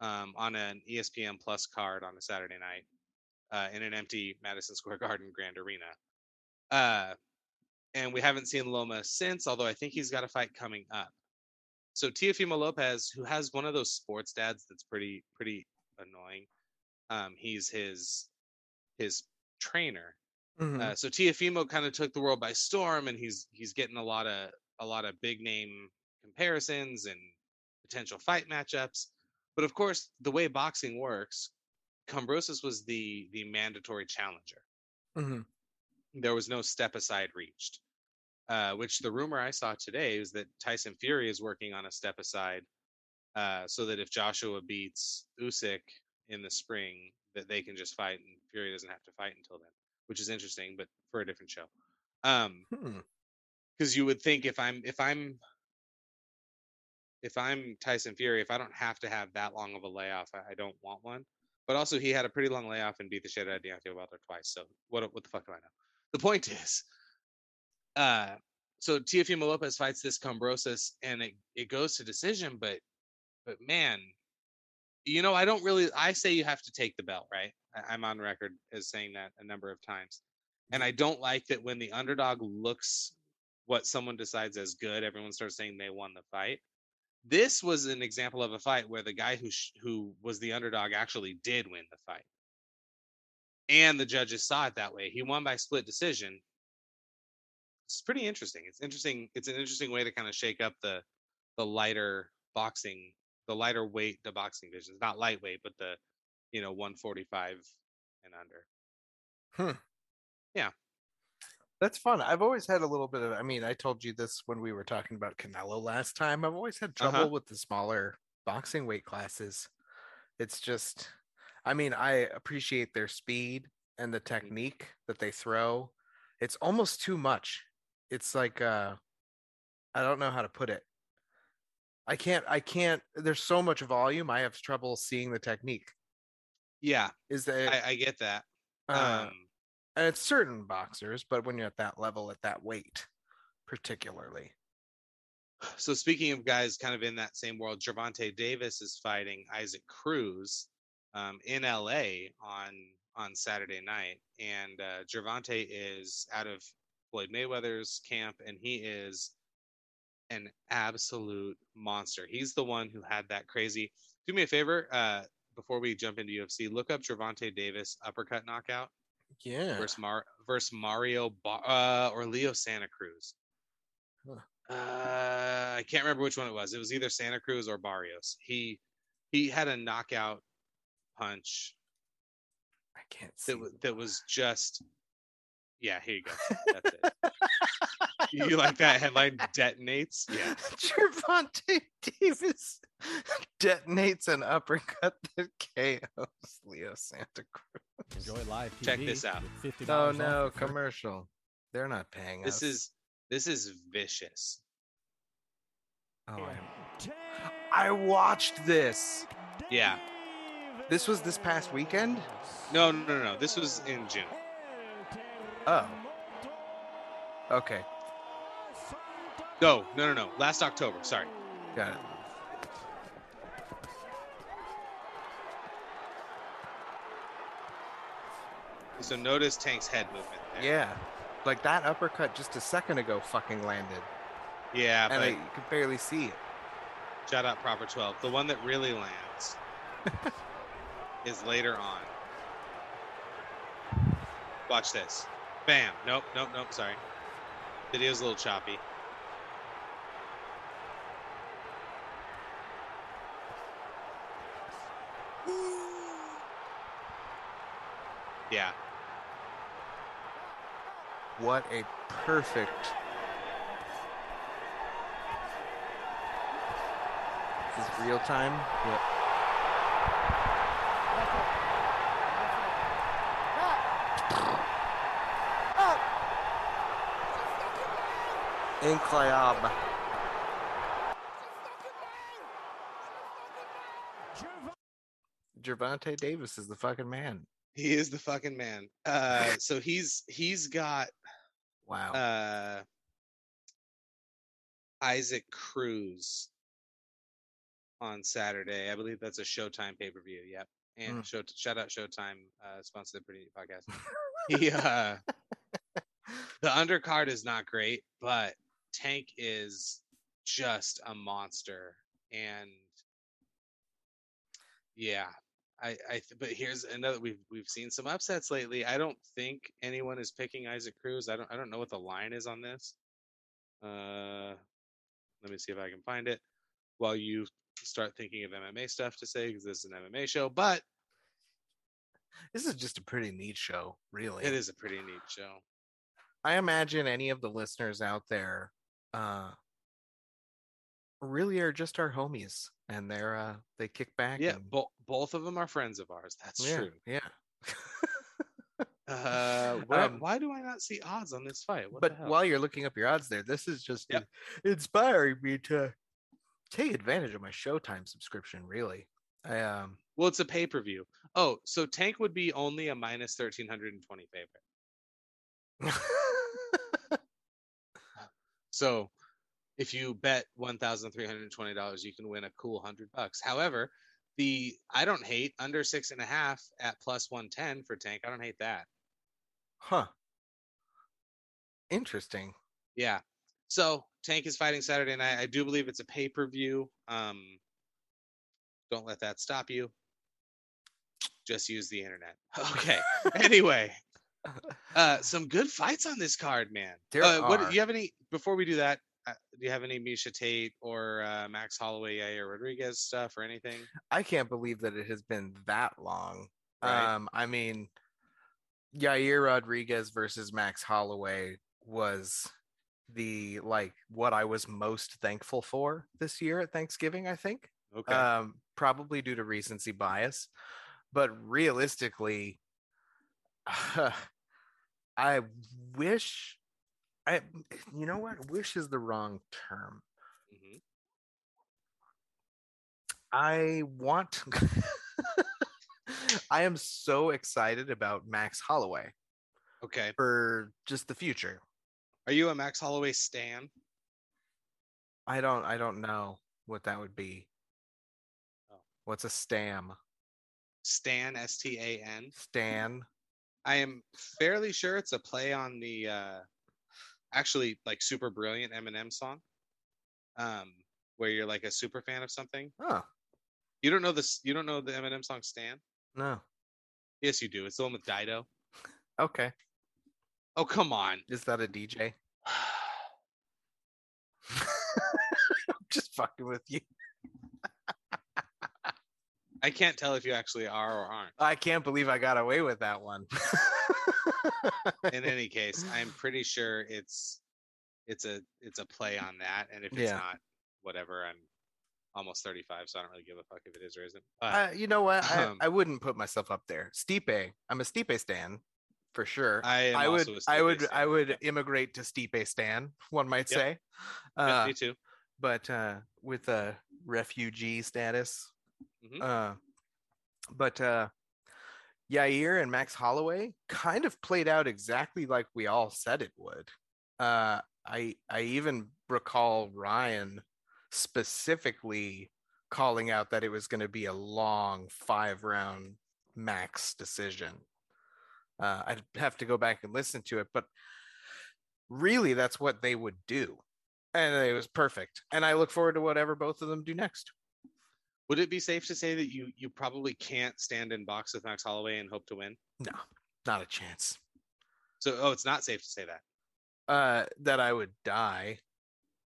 [SPEAKER 1] um, on an ESPN Plus card on a Saturday night uh, in an empty Madison Square (laughs) Garden Grand Arena. Uh, and we haven't seen Loma since, although I think he's got a fight coming up. So Teofimo Lopez, who has one of those sports dads that's pretty pretty annoying, um, he's his his trainer.
[SPEAKER 2] Mm-hmm.
[SPEAKER 1] Uh, so Tiafimo kind of took the world by storm, and he's he's getting a lot of a lot of big name comparisons and potential fight matchups. But of course, the way boxing works, Cumbrosis was the the mandatory challenger.
[SPEAKER 2] Mhm.
[SPEAKER 1] There was no step aside reached, uh, which the rumor I saw today is that Tyson Fury is working on a step aside, uh, so that if Joshua beats Usyk in the spring, that they can just fight and Fury doesn't have to fight until then which is interesting, but for a different show. Um,
[SPEAKER 2] Hmm.
[SPEAKER 1] because you would think if I'm if I'm if I'm Tyson Fury, if I don't have to have that long of a layoff, I, I don't want one. But also, he had a pretty long layoff and beat the shit out of Deontay Wilder twice. So what what the fuck do I know? The point is, uh, so Teofimo Lopez fights this Cumbrosis, and it it goes to decision. But but man, you know, I don't really. I say you have to take the belt, right? I, I'm on record as saying that a number of times, and I don't like that when the underdog looks what someone decides as good, everyone starts saying they won the fight. This was an example of a fight where the guy who sh- who was the underdog actually did win the fight, and the judges saw it that way. He won by split decision. It's pretty interesting. It's interesting. It's an interesting way to kind of shake up the the lighter boxing, the lighter weight, the boxing divisions. Not lightweight, but the you know 145 and under.
[SPEAKER 2] That's fun. I've always had a little bit of. I mean, I told you this when we were talking about Canelo last time. I've always had
[SPEAKER 1] Uh-huh.
[SPEAKER 2] trouble with the smaller boxing weight classes. It's just, I mean, I appreciate their speed and the
[SPEAKER 1] Mm-hmm.
[SPEAKER 2] technique that they throw. It's almost too much. It's like, uh, I don't know how to put it. I can't, I can't, there's so much volume. I have trouble seeing the technique.
[SPEAKER 1] Yeah,
[SPEAKER 2] Is that,
[SPEAKER 1] I, I get that.
[SPEAKER 2] uh,
[SPEAKER 1] um,
[SPEAKER 2] and it's certain boxers, but when you're at that level, at that weight, particularly.
[SPEAKER 1] So speaking of guys kind of in that same world, Gervonta Davis is fighting Isaac Cruz um, in LA on on Saturday night, and uh, Gervonta is out of Floyd Mayweather's camp, and he is an absolute monster. He's the one who had that crazy. Do me a favor uh, before we jump into UFC, look up Gervonta Davis uppercut knockout
[SPEAKER 2] Yeah.
[SPEAKER 1] versus, Mar- versus Mario Bar- uh, or Leo Santa Cruz.
[SPEAKER 2] Huh.
[SPEAKER 1] Uh, I can't remember which one it was. It was either Santa Cruz or Barrios. He he had a knockout punch
[SPEAKER 2] I can't see.
[SPEAKER 1] that was, that was just yeah. Here you go. That's it.
[SPEAKER 2] (laughs)
[SPEAKER 1] you like that headline detonates? Yeah.
[SPEAKER 2] (laughs) Gervonta Davis detonates an uppercut that KOs Leo Santa Cruz.
[SPEAKER 3] Enjoy live TV
[SPEAKER 1] Check
[SPEAKER 2] Mm-hmm.
[SPEAKER 1] this out.
[SPEAKER 3] with $50
[SPEAKER 2] Oh
[SPEAKER 3] off your
[SPEAKER 2] no,
[SPEAKER 3] first
[SPEAKER 2] commercial. They're not paying us.
[SPEAKER 1] This is this is vicious.
[SPEAKER 2] Oh,
[SPEAKER 3] check.
[SPEAKER 2] I, I watched this.
[SPEAKER 1] Yeah.
[SPEAKER 2] This was this past weekend.
[SPEAKER 1] No, no, no, no. This was in June.
[SPEAKER 2] Oh. Okay,
[SPEAKER 1] No, no, no, no. Last October. Sorry.
[SPEAKER 2] got it.
[SPEAKER 1] So notice Tank's head movement. there.
[SPEAKER 2] Yeah, like that uppercut just a second ago fucking landed,
[SPEAKER 1] Yeah,
[SPEAKER 2] and I,
[SPEAKER 1] but
[SPEAKER 2] you could barely see it.
[SPEAKER 1] Shout out Proper 12. The one that really lands is later on. Watch this. Bam. Nope, nope, nope. Sorry. Video's a little choppy. Yeah.
[SPEAKER 2] What a perfect. Is this real time? Yep. Incroyable. Gervonta Davis is the fucking man.
[SPEAKER 1] He is the fucking man. Uh, so he's he's got
[SPEAKER 2] Wow.
[SPEAKER 1] uh, Isaac Cruz on Saturday. I believe that's a Showtime pay per view. Yep. And
[SPEAKER 2] Mm.
[SPEAKER 1] show, shout out Showtime, uh, sponsor the Pretty Neat Podcast.
[SPEAKER 2] (laughs)
[SPEAKER 1] he, uh, the undercard is not great, but Tank is just a monster. And yeah, I, I th- but here's another we've we've seen some upsets lately. I don't think anyone is picking Isaac Cruz. I don't I don't know what the line is on this. Uh let me see if I can find it while you start thinking of MMA stuff to say because this is an MMA show, but
[SPEAKER 2] this is just a pretty neat show, really.
[SPEAKER 1] it is a pretty neat show.
[SPEAKER 2] I imagine any of the listeners out there uh really are just our homies and they're uh they kick back
[SPEAKER 1] Yeah,
[SPEAKER 2] and,
[SPEAKER 1] bo- both of them are friends of ours. That's
[SPEAKER 2] yeah,
[SPEAKER 1] true.
[SPEAKER 2] yeah
[SPEAKER 1] Uh
[SPEAKER 2] (laughs)
[SPEAKER 1] where,
[SPEAKER 2] Um,
[SPEAKER 1] why do I not see odds on this fight? What the
[SPEAKER 2] but
[SPEAKER 1] hell?
[SPEAKER 2] while you're looking up your odds there this is just
[SPEAKER 1] Yep.
[SPEAKER 2] in- inspiring me to take advantage of my showtime subscription really i um (laughs)
[SPEAKER 1] Well, it's a pay per view. Oh, so Tank would be only a minus thirteen hundred and twenty favorite. So, if you bet one thousand three hundred twenty dollars, you can win a cool hundred bucks. However, the I don't hate under six and a half at plus one ten for Tank. I don't hate that.
[SPEAKER 2] huh interesting
[SPEAKER 1] Yeah. So Tank is fighting Saturday night. I do believe it's a pay per view. Um, don't let that stop you. Just use the internet. (laughs) Okay. anyway, uh, some good fights on this card, man.
[SPEAKER 2] There
[SPEAKER 1] uh, What
[SPEAKER 2] are.
[SPEAKER 1] do you have any? Before we do that, uh, do you have any Misha Tate or uh, Max Holloway, Yair Rodriguez stuff or anything?
[SPEAKER 2] I can't believe that it has been that long.
[SPEAKER 1] Right.
[SPEAKER 2] Um, I mean, Yair Rodriguez versus Max Holloway was the like what I was most thankful for this year at Thanksgiving, I think.
[SPEAKER 1] Okay.
[SPEAKER 2] Um, probably due to recency bias, but realistically, (sighs) I wish I you know what? Wish is the wrong term.
[SPEAKER 1] Mhm.
[SPEAKER 2] I want. (laughs) I am so excited about Max Holloway
[SPEAKER 1] Okay.
[SPEAKER 2] for just the future.
[SPEAKER 1] Are you a Max Holloway stan?
[SPEAKER 2] I don't. I don't know what that would be.
[SPEAKER 1] Oh.
[SPEAKER 2] What's a stam?
[SPEAKER 1] Stan S T A N. (laughs)
[SPEAKER 2] Stan.
[SPEAKER 1] I am fairly sure it's a play on the uh actually like super brilliant Eminem song. Um where you're like a super fan of something.
[SPEAKER 2] Oh
[SPEAKER 1] You don't know this you don't know the Eminem song Stan?
[SPEAKER 2] no.
[SPEAKER 1] Yes you do. It's the one with Dido.
[SPEAKER 2] Okay.
[SPEAKER 1] Oh come on.
[SPEAKER 2] Is that a DJ? I'm just fucking with you.
[SPEAKER 1] I can't tell if you actually are or aren't.
[SPEAKER 2] I can't believe I got away with that one. (laughs)
[SPEAKER 1] In any case, I'm pretty sure it's it's a it's a play on that. And if it's
[SPEAKER 2] Yeah.
[SPEAKER 1] not, whatever, I'm almost thirty five, so I don't really give a fuck if it is or isn't. But
[SPEAKER 2] uh, you know what? I,
[SPEAKER 1] Um,
[SPEAKER 2] I wouldn't put myself up there. Stipe, I'm a Stipe stan for sure.
[SPEAKER 1] I am
[SPEAKER 2] I would,
[SPEAKER 1] also a
[SPEAKER 2] I
[SPEAKER 1] Stipe
[SPEAKER 2] would,
[SPEAKER 1] stan.
[SPEAKER 2] I would
[SPEAKER 1] Yep.
[SPEAKER 2] immigrate to Stipe stan. One might
[SPEAKER 1] Yep.
[SPEAKER 2] say,
[SPEAKER 1] Yeah,
[SPEAKER 2] uh,
[SPEAKER 1] me too.
[SPEAKER 2] but uh, with a refugee status.
[SPEAKER 1] Mhm.
[SPEAKER 2] Uh, but uh, Yair and Max Holloway kind of played out exactly like we all said it would. Uh, I I even recall Ryan specifically calling out that it was going to be a long five round max decision. Uh, I'd have to go back and listen to it, but really, that's what they would do and it was perfect. And I look forward to whatever both of them do next.
[SPEAKER 1] Would it be safe to say that you you probably can't stand in box with Max Holloway and hope to win?
[SPEAKER 2] No, not a chance.
[SPEAKER 1] So, oh, it's not safe to say that.
[SPEAKER 2] Uh, that I would die.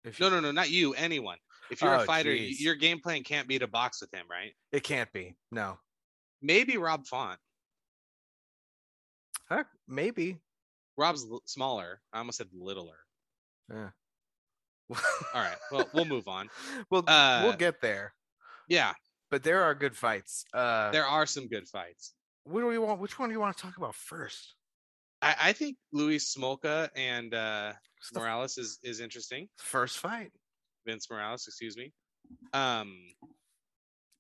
[SPEAKER 2] If
[SPEAKER 1] No,
[SPEAKER 2] you-
[SPEAKER 1] no, no, not you. Anyone. If you're
[SPEAKER 2] Oh,
[SPEAKER 1] a fighter, y-
[SPEAKER 2] jeez.
[SPEAKER 1] your game plan can't be to box with him, right?
[SPEAKER 2] it can't be. No,
[SPEAKER 1] Maybe Rob Font.
[SPEAKER 2] Heck, maybe.
[SPEAKER 1] Rob's l- smaller. I almost said littler.
[SPEAKER 2] All
[SPEAKER 1] All
[SPEAKER 2] (laughs)
[SPEAKER 1] right. Well, we'll move on.
[SPEAKER 2] we'll we'll
[SPEAKER 1] Uh,
[SPEAKER 2] get there.
[SPEAKER 1] Yeah,
[SPEAKER 2] (laughs) But there are good fights. Uh,
[SPEAKER 1] there are some good fights.
[SPEAKER 2] what do we want? Which one do you want to talk about first?
[SPEAKER 1] I, I think Luis Smolka and
[SPEAKER 2] (laughs)
[SPEAKER 1] uh,
[SPEAKER 2] It's the
[SPEAKER 1] Morales is is interesting.
[SPEAKER 2] first fight.
[SPEAKER 1] Vince Morales, excuse me. Um,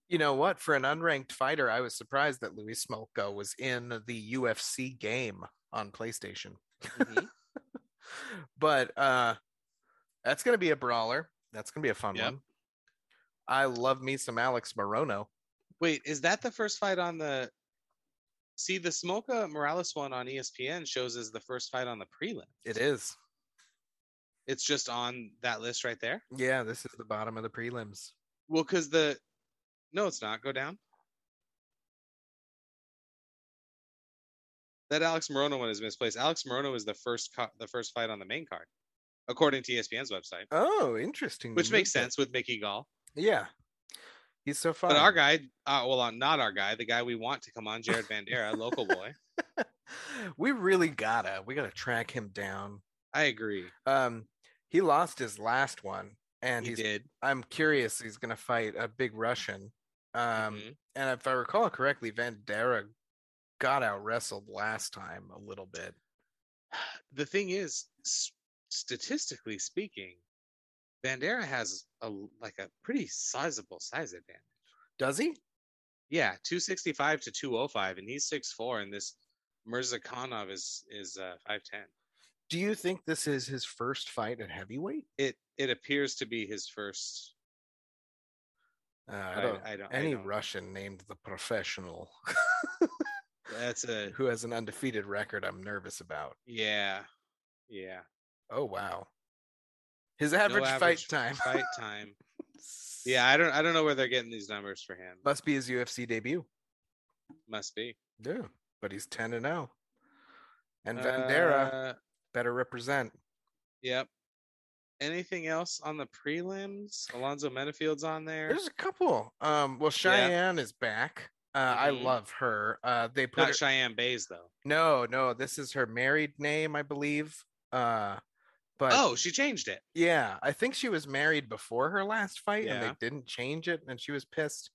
[SPEAKER 2] You know what? For an unranked fighter, I was surprised that Luis Smolka was in the UFC game on PlayStation.
[SPEAKER 1] mhm.
[SPEAKER 2] but uh that's gonna be a brawler. That's gonna be a fun
[SPEAKER 1] Yep.
[SPEAKER 2] one. I love me some Alex Morono.
[SPEAKER 1] wait, is that the first fight on the? See, the Smolka Morales one on E ESPN shows as the first fight on the prelim.
[SPEAKER 2] It is.
[SPEAKER 1] It's just on that list right there.
[SPEAKER 2] Yeah, this is the bottom of the prelims.
[SPEAKER 1] Well, because the no, it's not. Go down. That Alex Morono one is misplaced. Alex Morono is the first co- the first fight on the main card, according to E ESPN's website,
[SPEAKER 2] Oh, interesting. they
[SPEAKER 1] which makes
[SPEAKER 2] moved it.
[SPEAKER 1] sense with Mickey Gall.
[SPEAKER 2] Yeah. He's so fun.
[SPEAKER 1] But our guy, uh, well, uh, not our guy, the guy we want to come on, Jared Bandera, local boy.
[SPEAKER 2] (laughs) we really gotta we gotta track him down.
[SPEAKER 1] I agree.
[SPEAKER 2] Um he lost his last one and
[SPEAKER 1] he
[SPEAKER 2] he's
[SPEAKER 1] did.
[SPEAKER 2] I'm curious he's gonna fight a big Russian. Um
[SPEAKER 1] Mhm.
[SPEAKER 2] and if I recall correctly, Vandera got out wrestled last time a little bit.
[SPEAKER 1] The thing is, s- statistically speaking, Bandera has a l- like a pretty sizable size advantage.
[SPEAKER 2] Does he?
[SPEAKER 1] Yeah, 265 to 205, and he's 6'4, and this Mirzakhanov is is uh, 5'10.
[SPEAKER 2] Do you think this is his first fight at heavyweight?
[SPEAKER 1] It it appears to be his first.
[SPEAKER 2] Uh, I
[SPEAKER 1] I
[SPEAKER 2] don't,
[SPEAKER 1] I don't- I
[SPEAKER 2] any
[SPEAKER 1] don't-
[SPEAKER 2] Russian named the professional (laughs)
[SPEAKER 1] That's a
[SPEAKER 2] who has an undefeated record, I'm nervous about.
[SPEAKER 1] yeah, yeah.
[SPEAKER 2] Oh wow, his average,
[SPEAKER 1] average
[SPEAKER 2] fight time. (laughs)
[SPEAKER 1] Fight time. Yeah, I don't I don't know where they're getting these numbers for him.
[SPEAKER 2] must be his UFC debut.
[SPEAKER 1] Must be.
[SPEAKER 2] Yeah, but he's ten and zero. And Vandera
[SPEAKER 1] Uh,
[SPEAKER 2] better represent.
[SPEAKER 1] Yep. Anything else on the prelims? Alonzo Metafield's on there.
[SPEAKER 2] There's a couple. Um, well, Cheyenne is back. Uh, I
[SPEAKER 1] Mhm.
[SPEAKER 2] love her. Uh, they put
[SPEAKER 1] Not
[SPEAKER 2] her-
[SPEAKER 1] Cheyenne Bays though.
[SPEAKER 2] no, no. This is her married name, I believe. Uh, but
[SPEAKER 1] Oh, she changed it.
[SPEAKER 2] Yeah, I think she was married before her last fight and
[SPEAKER 1] Yeah.
[SPEAKER 2] they didn't change it and she was pissed.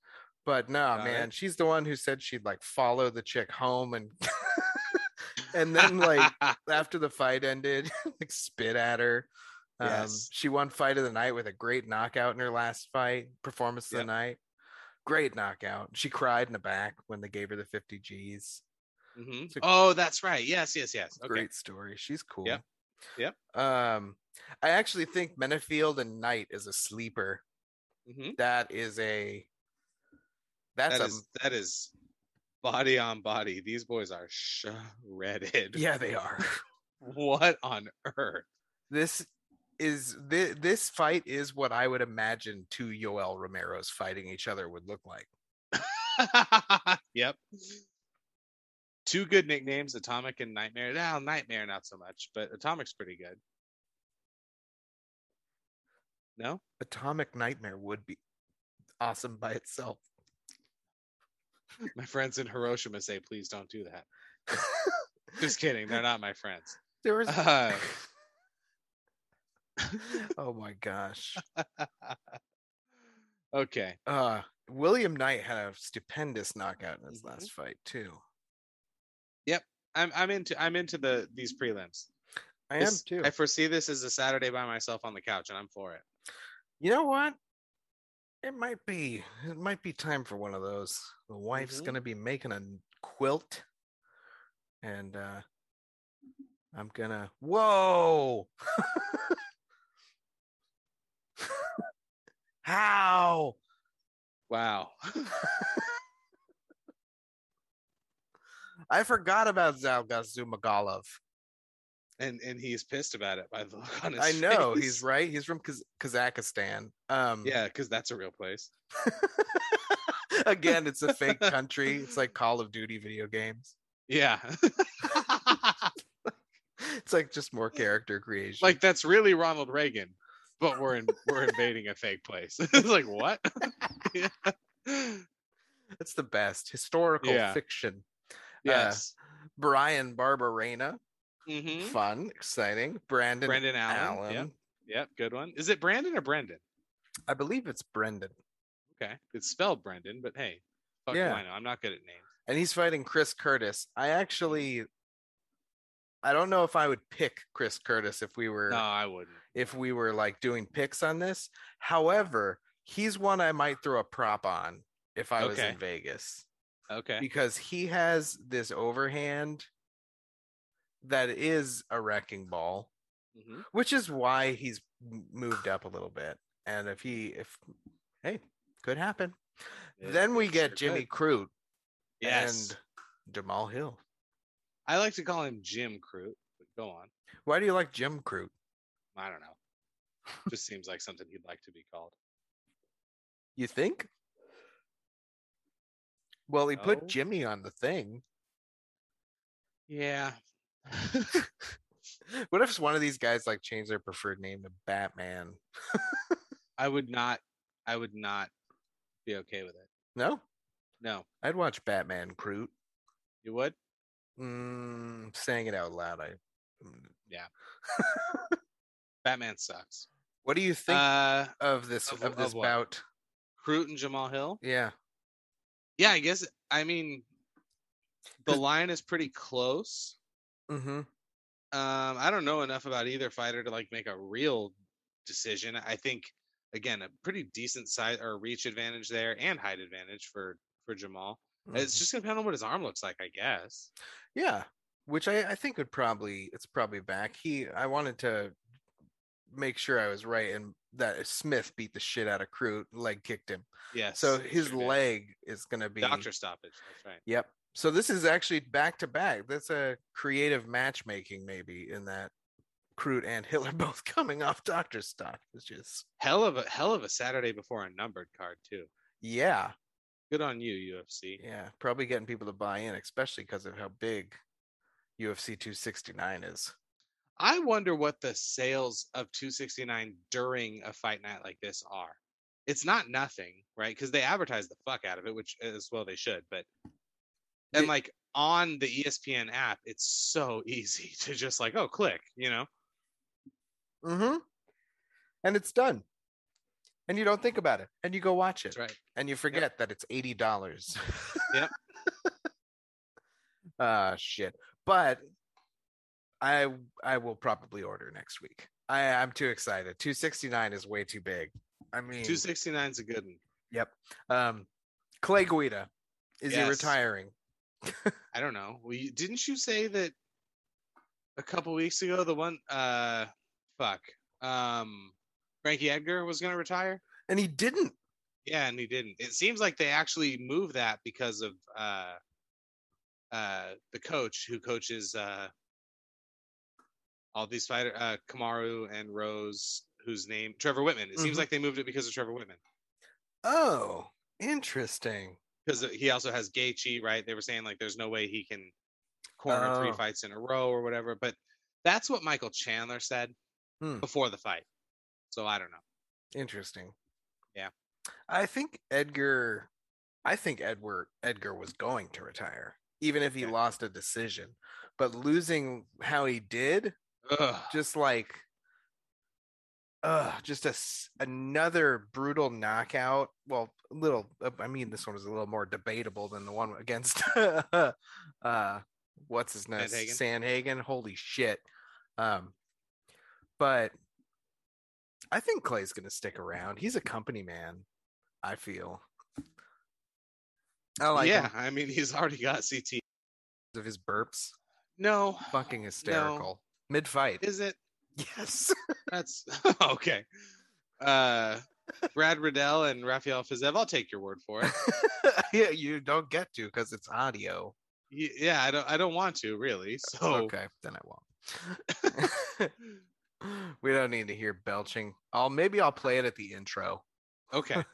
[SPEAKER 2] But no,
[SPEAKER 1] Got it.
[SPEAKER 2] man, she's the one who said she'd like follow the chick home and (laughs) and
[SPEAKER 1] (laughs)
[SPEAKER 2] then like after the fight ended, (laughs) like spit at her. Um,
[SPEAKER 1] Yes.
[SPEAKER 2] she won fight of the night with a great knockout in her last fight, performance of
[SPEAKER 1] Yep.
[SPEAKER 2] the night. Great knockout. She cried in the back when they gave her the 50 G's.
[SPEAKER 1] hmm
[SPEAKER 2] It's a-
[SPEAKER 1] Oh, that's right. Yes, yes, yes. Okay.
[SPEAKER 2] Great story. She's cool.
[SPEAKER 1] Yep.
[SPEAKER 2] Um, I actually think Menefield and Knight is a sleeper.
[SPEAKER 1] Mhm.
[SPEAKER 2] That is a that's
[SPEAKER 1] That
[SPEAKER 2] a
[SPEAKER 1] is that is body on body. These boys are shredded.
[SPEAKER 2] (laughs) yeah, they are.
[SPEAKER 1] (laughs) What on earth? (laughs)
[SPEAKER 2] this is this, this fight is what I would imagine two Yoel Romero's fighting each other would look like.
[SPEAKER 1] yep. Two good nicknames, Atomic and Nightmare. Now, Nightmare not so much, but Atomic's pretty good. No?
[SPEAKER 2] Atomic Nightmare would be awesome by itself. (laughs)
[SPEAKER 1] My friends in Hiroshima say, please don't do that. Just kidding. They're not my
[SPEAKER 2] (laughs)
[SPEAKER 1] friends.
[SPEAKER 2] There
[SPEAKER 1] (laughs)
[SPEAKER 2] was
[SPEAKER 1] Uh,
[SPEAKER 2] oh my gosh.
[SPEAKER 1] okay.
[SPEAKER 2] Uh William Knight had a stupendous knockout in his
[SPEAKER 1] Mhm.
[SPEAKER 2] last fight too.
[SPEAKER 1] I'm I'm into I'm into the these prelims.
[SPEAKER 2] I
[SPEAKER 1] This- I foresee this as a Saturday by myself on the couch, and I'm for it.
[SPEAKER 2] you know what? It might be it might be time for one of those. The wife's
[SPEAKER 1] Mhm.
[SPEAKER 2] gonna be making a n- quilt, and uh I'm gonna whoa. (laughs) How?
[SPEAKER 1] Wow. (laughs)
[SPEAKER 2] I forgot about Zalgazumagalov.
[SPEAKER 1] and and he's pissed about it by the look on his
[SPEAKER 2] I know
[SPEAKER 1] (laughs)
[SPEAKER 2] he's
[SPEAKER 1] face.
[SPEAKER 2] right. He's from Kaz- Kazakhstan. Um,
[SPEAKER 1] yeah because that's a real place
[SPEAKER 2] (laughs) Again, it's a fake country. It's like Call of Duty video games.
[SPEAKER 1] yeah (laughs)
[SPEAKER 2] It's like just more character creation.
[SPEAKER 1] like that's really ronald reagan but we're in we're invading a fake place (laughs) it's like what yeah.
[SPEAKER 2] Uh, It's the best historical
[SPEAKER 1] Yeah.
[SPEAKER 2] fiction.
[SPEAKER 1] yes
[SPEAKER 2] Brian Barbarena,
[SPEAKER 1] hmm
[SPEAKER 2] fun, exciting. Brandon,
[SPEAKER 1] brendan allen,
[SPEAKER 2] Allen.
[SPEAKER 1] Yep. yep good one is it brandon or brendan
[SPEAKER 2] I believe it's Brendan,
[SPEAKER 1] okay it's spelled brendan but hey fuck do
[SPEAKER 2] Yeah.
[SPEAKER 1] i know i'm not good at names
[SPEAKER 2] and he's fighting Chris Curtis. I actually I don't know if I would pick Chris Curtis if we were
[SPEAKER 1] No, I wouldn't.
[SPEAKER 2] if we were like doing picks on this. However, he's one I might throw a prop on if I was
[SPEAKER 1] Okay.
[SPEAKER 2] in Vegas
[SPEAKER 1] (laughs) Okay.
[SPEAKER 2] because he has this overhand that is a wrecking ball,
[SPEAKER 1] Mhm.
[SPEAKER 2] which is why he's m- moved up a little bit. And if he if hey, could happen.
[SPEAKER 1] It-
[SPEAKER 2] then
[SPEAKER 1] it
[SPEAKER 2] we
[SPEAKER 1] sure
[SPEAKER 2] get Jimmy
[SPEAKER 1] could.
[SPEAKER 2] Crute
[SPEAKER 1] Yes.
[SPEAKER 2] and Jamal Hill.
[SPEAKER 1] I like to call him Jim Crute. But go on.
[SPEAKER 2] Why do you like Jim Crute?
[SPEAKER 1] I don't know.
[SPEAKER 2] (laughs)
[SPEAKER 1] Just seems like something he'd like to be called.
[SPEAKER 2] You think? Well, he put
[SPEAKER 1] No.
[SPEAKER 2] Jimmy on the thing.
[SPEAKER 1] Yeah. (laughs)
[SPEAKER 2] What if one of these guys like changed their preferred name to Batman?
[SPEAKER 1] I would not. I would not be okay with it.
[SPEAKER 2] No,
[SPEAKER 1] No,
[SPEAKER 2] I'd watch Batman Crute.
[SPEAKER 1] you would.
[SPEAKER 2] Mm, saying it out loud, I. mm,
[SPEAKER 1] Batman sucks.
[SPEAKER 2] What do you think
[SPEAKER 1] Uh,
[SPEAKER 2] of this
[SPEAKER 1] of-
[SPEAKER 2] of,
[SPEAKER 1] of
[SPEAKER 2] this
[SPEAKER 1] what?
[SPEAKER 2] bout?
[SPEAKER 1] Crute and Jamal Hill.
[SPEAKER 2] Yeah,
[SPEAKER 1] Yeah, I guess. I mean, the
[SPEAKER 2] 'Cause-
[SPEAKER 1] line is pretty close.
[SPEAKER 2] mm-hmm.
[SPEAKER 1] Um, I don't know enough about either fighter to like make a real decision. I think again a pretty decent size or reach advantage there and height advantage for for Jamal. It's just gonna depend on what his arm looks like, I guess.
[SPEAKER 2] mm-hmm. Yeah, which I, I think would probably it's probably back. He I wanted to make sure I was right and that Smith beat the shit out of Crute, leg kicked him.
[SPEAKER 1] Yes.
[SPEAKER 2] So his
[SPEAKER 1] sure did.
[SPEAKER 2] leg is gonna be
[SPEAKER 1] doctor stoppage. That's right.
[SPEAKER 2] Yep. So this is actually back to back. That's a creative matchmaking, maybe, in that Crute and Hill are (laughs) both coming off doctor stock. It's just
[SPEAKER 1] Hell of a hell of a Saturday before a numbered card too.
[SPEAKER 2] yeah,
[SPEAKER 1] Good on you, UFC.
[SPEAKER 2] yeah. Probably getting people to buy in, especially because of how big UFC 269 is.
[SPEAKER 1] I wonder what the sales of 269 during a fight night like this are. It's not nothing, right? Because they advertise the fuck out of it, which as well they should. But and
[SPEAKER 2] The-
[SPEAKER 1] like on the E ESPN app, it's so (laughs) easy to just like, oh, click, you know?
[SPEAKER 2] Mm-hmm. And it's done. And you don't think about it. And you go watch it.
[SPEAKER 1] That's right.
[SPEAKER 2] And you forget that it's eighty dollars.
[SPEAKER 1] Yep.
[SPEAKER 2] (laughs) Ah shit. But I I will probably order next week. I I'm too excited. Two sixty nine is way too big. I mean,
[SPEAKER 1] 269 is a good one.
[SPEAKER 2] um, Clay Guida is he
[SPEAKER 1] Yes.
[SPEAKER 2] retiring?
[SPEAKER 1] I don't know. Well, you, didn't you say that a couple weeks ago the one uh fuck. Um Frankie Edgar was gonna retire?
[SPEAKER 2] And he didn't.
[SPEAKER 1] Yeah, and he didn't. It seems like they actually moved that because of uh uh the coach who coaches uh all these fighter uh Kamaru and Rose whose name Trevor Whitman. It seems
[SPEAKER 2] Mhm.
[SPEAKER 1] like they moved it because of Trevor Whitman.
[SPEAKER 2] Oh, interesting.
[SPEAKER 1] Because uh, he also has Gaethje, right? They were saying like there's no way he can corner three
[SPEAKER 2] Oh.
[SPEAKER 1] fights in a row or whatever. But that's what Michael Chandler said
[SPEAKER 2] Hmm.
[SPEAKER 1] before the fight. So I don't know.
[SPEAKER 2] Interesting.
[SPEAKER 1] Yeah.
[SPEAKER 2] I think Edgar I think Edward Edgar was going to retire, even if he
[SPEAKER 1] Okay.
[SPEAKER 2] lost a decision. But losing how he did,
[SPEAKER 1] Ugh.
[SPEAKER 2] just like uh just a, s- another brutal knockout. Well, a little uh, I mean this one was a little more debatable than the one against (laughs) uh what's his name?
[SPEAKER 1] Sandhagen?
[SPEAKER 2] Sanhagen. Holy shit. Um but I think Clay's gonna stick around. He's a company man. I feel. I like
[SPEAKER 1] yeah,
[SPEAKER 2] him
[SPEAKER 1] I mean he's already got CT.
[SPEAKER 2] 'cause of his burps.
[SPEAKER 1] No,
[SPEAKER 2] Fucking hysterical. Mid fight.
[SPEAKER 1] is it?
[SPEAKER 2] (laughs) Yes.
[SPEAKER 1] That's (laughs) okay. Uh, Brad Riddell and Raphael Fiziev. I'll take your word
[SPEAKER 2] (laughs)
[SPEAKER 1] for it.
[SPEAKER 2] yeah, you don't get to because it's audio.
[SPEAKER 1] Y- yeah, I don't. I don't want to really. So
[SPEAKER 2] Okay, then I won't. (laughs) we don't need to hear belching. I'll maybe I'll play it at the intro.
[SPEAKER 1] okay.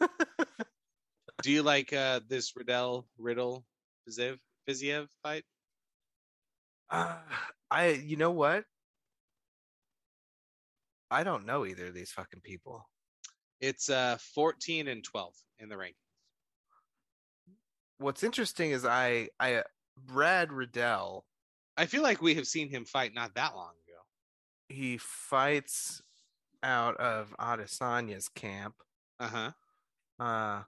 [SPEAKER 1] Do you like uh, this Riddell Riddle Fiziev Fiziev fight?
[SPEAKER 2] Uh, I you know what? I don't know either of these fucking people.
[SPEAKER 1] It's uh, 14 and 12 in the rank.
[SPEAKER 2] What's interesting is I I Brad Riddell
[SPEAKER 1] I feel like we have seen him fight not that long ago.
[SPEAKER 2] he fights out of Adesanya's camp.
[SPEAKER 1] Uh huh.
[SPEAKER 2] Uh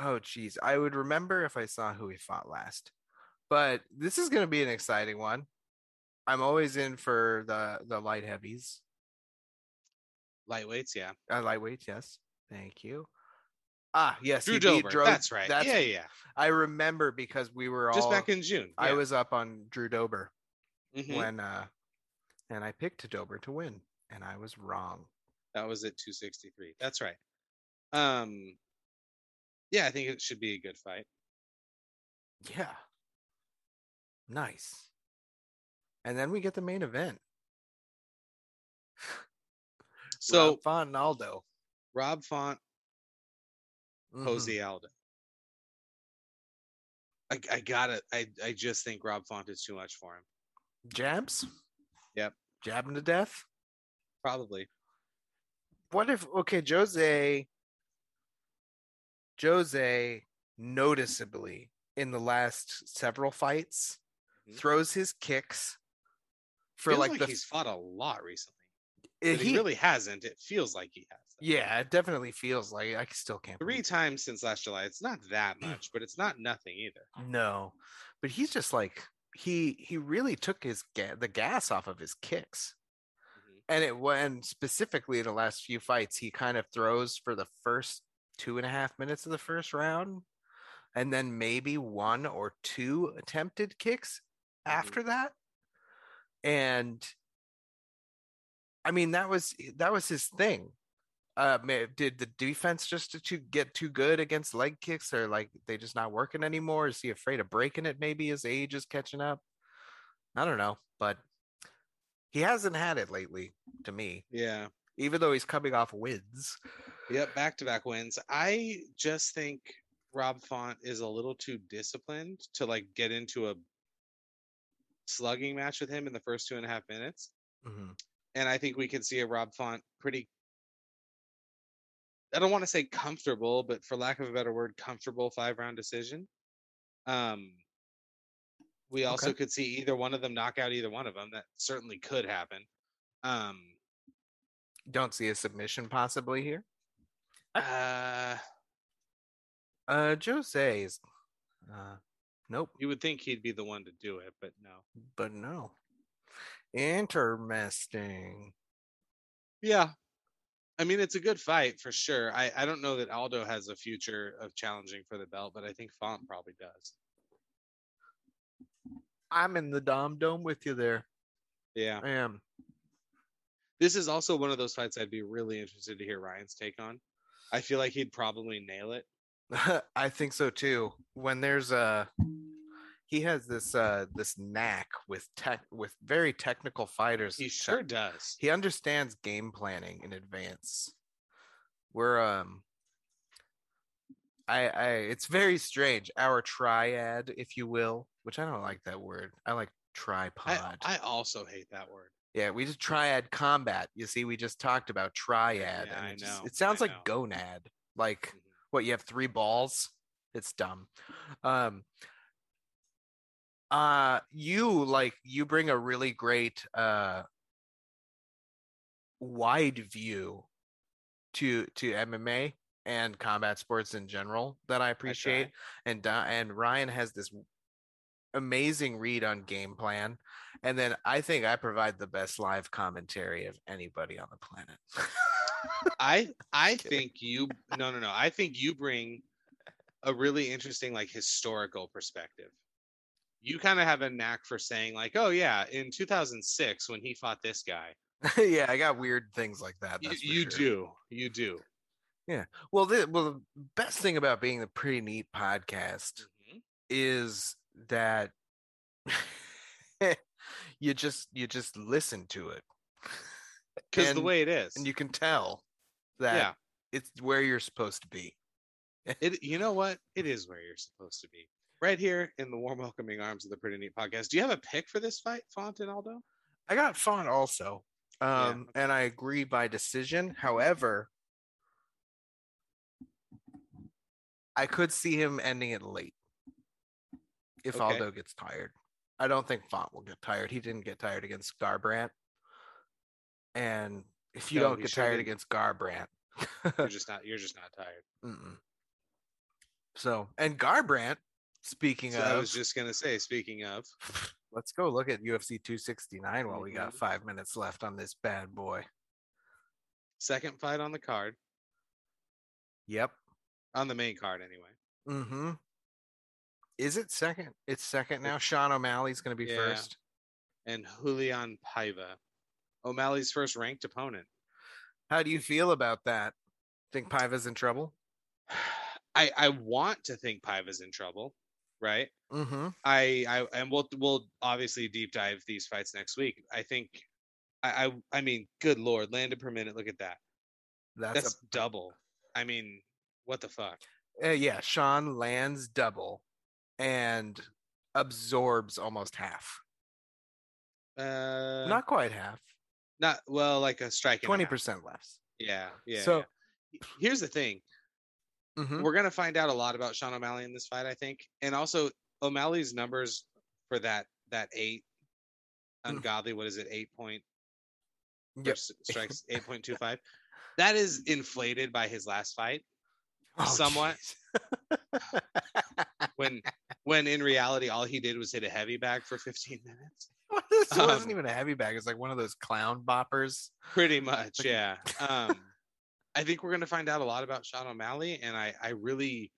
[SPEAKER 2] oh geez. I would remember if I saw who he fought last. But this is gonna be an exciting one. I'm always in for the the light heavies.
[SPEAKER 1] Lightweights, yeah.
[SPEAKER 2] Uh, lightweights, yes. Thank you. Ah, yes,
[SPEAKER 1] Drew
[SPEAKER 2] he beat
[SPEAKER 1] Dober.
[SPEAKER 2] Dro-
[SPEAKER 1] that's right. yeah, yeah.
[SPEAKER 2] I remember because we were
[SPEAKER 1] Just
[SPEAKER 2] all.
[SPEAKER 1] back in June.
[SPEAKER 2] I
[SPEAKER 1] yeah.
[SPEAKER 2] was up on Drew Dober
[SPEAKER 1] Mhm.
[SPEAKER 2] when, uh and I picked Dober to win, and I was wrong.
[SPEAKER 1] That was at 263. That's right. Um, yeah, I think it should be a good fight.
[SPEAKER 2] Yeah. Nice. And then we get the main event.
[SPEAKER 1] So
[SPEAKER 2] Rob Fonaldo.
[SPEAKER 1] Rob Font,
[SPEAKER 2] Mhm.
[SPEAKER 1] Jose Aldo. I, I gotta. I I just think Rob Font is too much for him.
[SPEAKER 2] Jabs?
[SPEAKER 1] Yep.
[SPEAKER 2] Jab him to death?
[SPEAKER 1] Probably.
[SPEAKER 2] What if okay, Jose Jose noticeably in the last several fights
[SPEAKER 1] Mhm.
[SPEAKER 2] throws his kicks for
[SPEAKER 1] feels
[SPEAKER 2] like,
[SPEAKER 1] like,
[SPEAKER 2] the
[SPEAKER 1] he's fought a lot recently.
[SPEAKER 2] eh,
[SPEAKER 1] But he, really hasn't. It feels like he has. though.
[SPEAKER 2] Yeah, it definitely feels like I still can't believe
[SPEAKER 1] Three times since last July. It's not
[SPEAKER 2] (clears throat)
[SPEAKER 1] that much, but it's not nothing either.
[SPEAKER 2] No, but he's just like he he really took his ga- the gas off of his kicks,
[SPEAKER 1] Mhm.
[SPEAKER 2] and it when specifically the last few fights he kind of throws for the first two and a half minutes of the first round, and then maybe one or two attempted kicks
[SPEAKER 1] Mhm.
[SPEAKER 2] after that, and I mean that was that was his thing. Uh, ma- did the defense just to get too good against leg kicks, or like they just not working anymore? Is he afraid of breaking it? Maybe his age is catching up. I don't know, but he hasn't had it lately. To me,
[SPEAKER 1] Yeah.
[SPEAKER 2] even though he's coming off wins,
[SPEAKER 1] Yep. Back to back wins. I just think Rob Font is a little too disciplined to like get into a slugging match with him in the first two and a half minutes. Mm-hmm.
[SPEAKER 2] Mhm.
[SPEAKER 1] and I think we can see a Rob Font pretty. I don't want to say comfortable, but for lack of a better word, comfortable five round decision. Um, we also could see either one of them knock out either one of them. That certainly could happen. Um,
[SPEAKER 2] don't see a submission possibly here.
[SPEAKER 1] uh,
[SPEAKER 2] Uh, Jose is, uh, nope,
[SPEAKER 1] you would think he'd be the one to do it, but no.
[SPEAKER 2] but no. Interesting.
[SPEAKER 1] Yeah. I mean, it's a good fight for sure. I, I don't know that Aldo has a future of challenging for the belt, but I think Font probably does.
[SPEAKER 2] I'm in the Dom Dome with you there.
[SPEAKER 1] Yeah.
[SPEAKER 2] I am. (laughs)
[SPEAKER 1] this is also one of those fights I'd be really interested to hear Ryan's take on. I feel like he'd probably nail it.
[SPEAKER 2] I think so too. When there's a he has this uh this knack with tech with very technical fighters.
[SPEAKER 1] He
[SPEAKER 2] and stuff.
[SPEAKER 1] sure does.
[SPEAKER 2] he understands game planning in advance. We're um I I it's very strange. Our triad, if you will, which I don't like that word. I like
[SPEAKER 1] I,
[SPEAKER 2] tripod.
[SPEAKER 1] I also hate that word.
[SPEAKER 2] yeah, we just triad combat. You see, we just talked about triad.
[SPEAKER 1] Yeah,
[SPEAKER 2] and
[SPEAKER 1] I
[SPEAKER 2] it, just-
[SPEAKER 1] know,
[SPEAKER 2] it sounds
[SPEAKER 1] I
[SPEAKER 2] like
[SPEAKER 1] know.
[SPEAKER 2] gonad. Like
[SPEAKER 1] Mhm.
[SPEAKER 2] what you have three balls it's dumb um uh you like you bring a really great uh wide view to to mma and combat sports in general that i appreciate and Di- and ryan has this amazing read on game plan and then i think i provide the best live commentary of anybody on the planet (laughs)
[SPEAKER 1] I I
[SPEAKER 2] Kidding.
[SPEAKER 1] think you no no no. I think you bring a really interesting like historical perspective. You kind of have a knack for saying like, oh yeah, in 2006 when he fought this guy.
[SPEAKER 2] yeah i got weird things like that
[SPEAKER 1] You,
[SPEAKER 2] that's for
[SPEAKER 1] you
[SPEAKER 2] sure.
[SPEAKER 1] do, you do.
[SPEAKER 2] Well, the well, the best thing about being the pretty neat podcast is that (laughs) you just you just listen to it,
[SPEAKER 1] Because the
[SPEAKER 2] And-
[SPEAKER 1] way it is,
[SPEAKER 2] and you can tell that
[SPEAKER 1] yeah,
[SPEAKER 2] it's where you're supposed to be.
[SPEAKER 1] It, you know what? It is where you're supposed to be. Right here in the warm, welcoming arms of the Pretty Neat Podcast. Do you have a pick for this fight, Font and Aldo?
[SPEAKER 2] I got fun also,
[SPEAKER 1] Yeah.
[SPEAKER 2] um, and I agree by decision. However, I could see him ending it late if
[SPEAKER 1] Okay.
[SPEAKER 2] Aldo gets tired. I don't think Font will get tired. He didn't get tired against Garbrandt, and if you
[SPEAKER 1] No,
[SPEAKER 2] don't
[SPEAKER 1] he
[SPEAKER 2] get
[SPEAKER 1] sure
[SPEAKER 2] tired
[SPEAKER 1] didn't.
[SPEAKER 2] against Garbrandt, (laughs)
[SPEAKER 1] You're just not. You're just not tired.
[SPEAKER 2] mm-mm. so and Garbrandt Speaking
[SPEAKER 1] So I
[SPEAKER 2] of,
[SPEAKER 1] was just gonna say, speaking of,
[SPEAKER 2] let's go look at UFC 269 while we
[SPEAKER 1] Mm-hmm.
[SPEAKER 2] got five minutes left on this bad boy.
[SPEAKER 1] second fight on the card,
[SPEAKER 2] Yep.
[SPEAKER 1] on the main card anyway.
[SPEAKER 2] Mm-hmm. Is it second? It's second now. Sean O'Malley's going to be
[SPEAKER 1] Yeah.
[SPEAKER 2] first.
[SPEAKER 1] And Julian Paiva, O'Malley's first ranked opponent. (sighs)
[SPEAKER 2] How do you feel about that? Think Paiva's in trouble?
[SPEAKER 1] I I want to think Paiva's in trouble, right?
[SPEAKER 2] Mm-hmm.
[SPEAKER 1] I, I and we'll we'll obviously deep dive these fights next week. I think I I, I mean, good lord, landed per minute. Look at that.
[SPEAKER 2] That's,
[SPEAKER 1] That's, double. I mean, what the fuck?
[SPEAKER 2] a, uh, yeah. Sean lands double and absorbs almost half.
[SPEAKER 1] Uh, not
[SPEAKER 2] Not quite half.
[SPEAKER 1] not well, like a strike. and a half.
[SPEAKER 2] Twenty percent less.
[SPEAKER 1] Yeah, yeah.
[SPEAKER 2] So-
[SPEAKER 1] yeah. here's the thing:
[SPEAKER 2] Mm-hmm.
[SPEAKER 1] we're gonna find out a lot about Sean O'Malley in this fight, I think, and also O'Malley's numbers for that that eight
[SPEAKER 2] Mm.
[SPEAKER 1] ungodly. What is it? Eight point
[SPEAKER 2] Yep.
[SPEAKER 1] s- strikes. Eight point two five. That is inflated by his last fight. somewhat. When when in reality, all he did was hit a heavy bag for fifteen minutes.
[SPEAKER 2] (laughs) this wasn't
[SPEAKER 1] Um,
[SPEAKER 2] even a heavy bag. It's like one of those clown boppers.
[SPEAKER 1] Pretty much, yeah. Um, I think we're going to find out a lot about Sean O'Malley, and I, I really,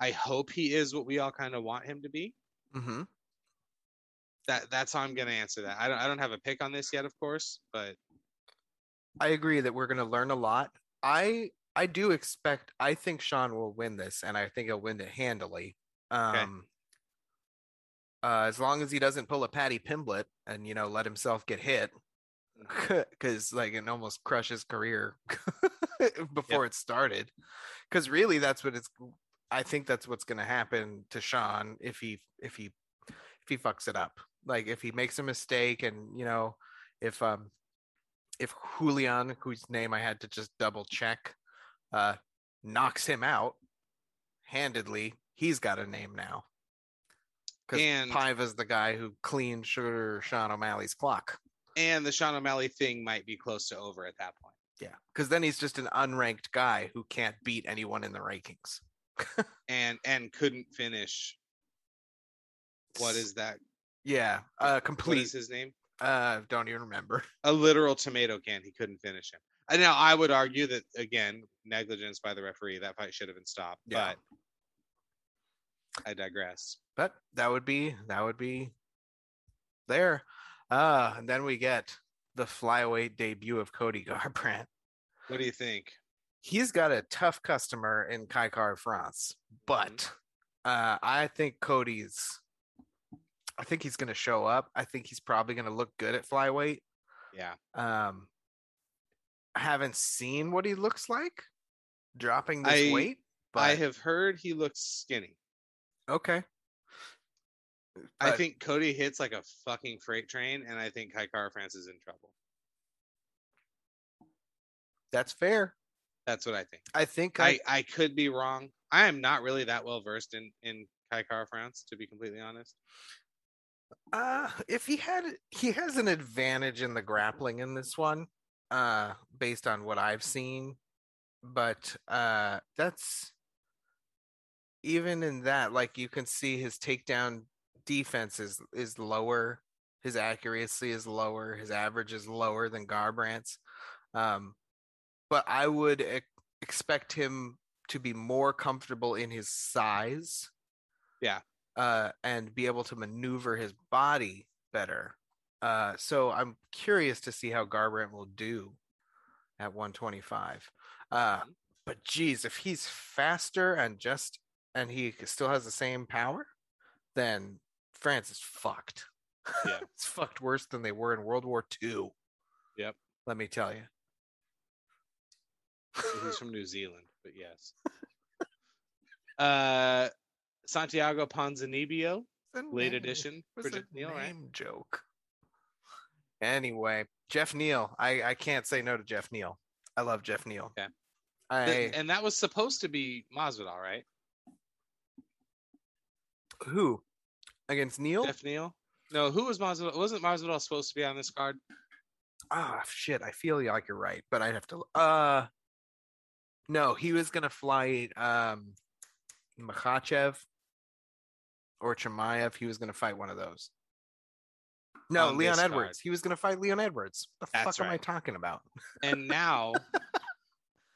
[SPEAKER 1] I hope he is what we all kind of want him to be.
[SPEAKER 2] Mm-hmm.
[SPEAKER 1] That that's how I'm going to answer that. I don't, I don't have a pick on this yet, of course, but
[SPEAKER 2] I agree that we're going to learn a lot. I I do expect. I think Sean will win this, and I think he'll win it handily. Um, uh, as long as he doesn't pull a Patty Pimblett and you know let himself get hit, (laughs) because like it almost crushed his career (laughs) before it started. Because really, that's what it's. I think that's what's going to happen to Sean if he if he if he fucks it up. Like if he makes a mistake, and you know if um if Julian, whose name I had to just double check, uh, knocks him out handedly, he's got a name now. Because
[SPEAKER 1] And-
[SPEAKER 2] Paiva's the guy who cleaned Sugar Sean O'Malley's clock.
[SPEAKER 1] and the Sean O'Malley thing might be close to over at that point.
[SPEAKER 2] Yeah. Because then he's just an unranked guy who can't beat anyone in the rankings.
[SPEAKER 1] And and couldn't finish. What is that?
[SPEAKER 2] Yeah. Uh,
[SPEAKER 1] What is
[SPEAKER 2] complete.
[SPEAKER 1] his name?
[SPEAKER 2] Uh, don't even remember.
[SPEAKER 1] A literal tomato can. He couldn't finish him. And now I would argue that again, negligence by the referee. That fight should have been stopped.
[SPEAKER 2] Yeah.
[SPEAKER 1] But I digress.
[SPEAKER 2] But that would be, that would be there. Uh, and then we get the flyweight debut of Cody Garbrandt.
[SPEAKER 1] What do you think?
[SPEAKER 2] he's got a tough customer in Kaikar France,
[SPEAKER 1] Mm-hmm.
[SPEAKER 2] but uh, I think Cody's. I think he's going to show up. I think he's probably going to look good at flyweight.
[SPEAKER 1] Yeah.
[SPEAKER 2] Um, I haven't seen what he looks like dropping this
[SPEAKER 1] I-
[SPEAKER 2] weight, but
[SPEAKER 1] I have heard he looks skinny.
[SPEAKER 2] okay.
[SPEAKER 1] I
[SPEAKER 2] But-
[SPEAKER 1] think Cody hits like a fucking freight train, and I think Kaikara France is in trouble.
[SPEAKER 2] That's fair.
[SPEAKER 1] That's what I think.
[SPEAKER 2] I think I,
[SPEAKER 1] I, I could be wrong. I am not really that well versed in in Kaikara France, to be completely honest.
[SPEAKER 2] Uh, if he had, he has an advantage in the grappling in this one, uh, based on what I've seen. But uh, that's even in that, like you can see his takedown defense is is lower, his accuracy is lower, his average is lower than Garbrandt's. Um, but I would e- expect him to be more comfortable in his size uh, and be able to maneuver his body better. Uh, so I'm curious to see how Garbrandt will do at 125. Uh, but geez, if he's faster and just and he still has the same power, then France is fucked.
[SPEAKER 1] Yeah.
[SPEAKER 2] (laughs) it's fucked worse than they were in World War II.
[SPEAKER 1] Yep.
[SPEAKER 2] Let me tell you.
[SPEAKER 1] He's from New Zealand, but
[SPEAKER 2] (laughs)
[SPEAKER 1] yes. Uh, Santiago Ponzinibbio, late edition.
[SPEAKER 2] was
[SPEAKER 1] Bridget
[SPEAKER 2] a
[SPEAKER 1] Neal, right?
[SPEAKER 2] name joke. Anyway, Jeff Neal. I, I can't say no to Jeff Neal. I love Jeff Neal.
[SPEAKER 1] Okay.
[SPEAKER 2] I
[SPEAKER 1] Th- and that was supposed to be Masvidal, right?
[SPEAKER 2] who against Neal?
[SPEAKER 1] Jeff Neal. No, who was Masvidal? Wasn't Masvidal supposed to be on this card?
[SPEAKER 2] Ah, shit. I feel like you're right, but I'd have to. Uh, no, he was gonna fly um, Makhachev, or Chimaev, he was going to fight one of those. No,
[SPEAKER 1] On
[SPEAKER 2] Leon
[SPEAKER 1] this
[SPEAKER 2] Edwards.
[SPEAKER 1] card.
[SPEAKER 2] He was going to fight Leon Edwards. The
[SPEAKER 1] That's
[SPEAKER 2] fuck am I
[SPEAKER 1] right.
[SPEAKER 2] talking about?
[SPEAKER 1] And now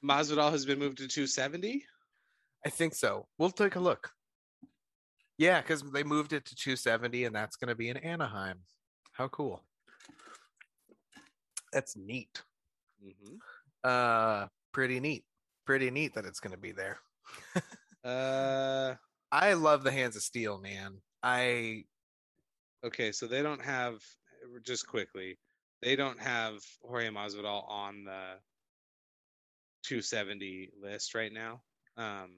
[SPEAKER 1] Masvidal has been moved to 270.
[SPEAKER 2] I think so. We'll take a look. Yeah, because they moved it to 270, and that's going to be in Anaheim. How cool! That's neat.
[SPEAKER 1] Mhm.
[SPEAKER 2] Uh, pretty neat. Pretty neat that it's going to be there.
[SPEAKER 1] Uh,
[SPEAKER 2] I love the Hands of Steel, man. I (laughs)
[SPEAKER 1] okay, so they don't have just quickly. They don't have Jorge Masvidal on the 270 list right now. Um,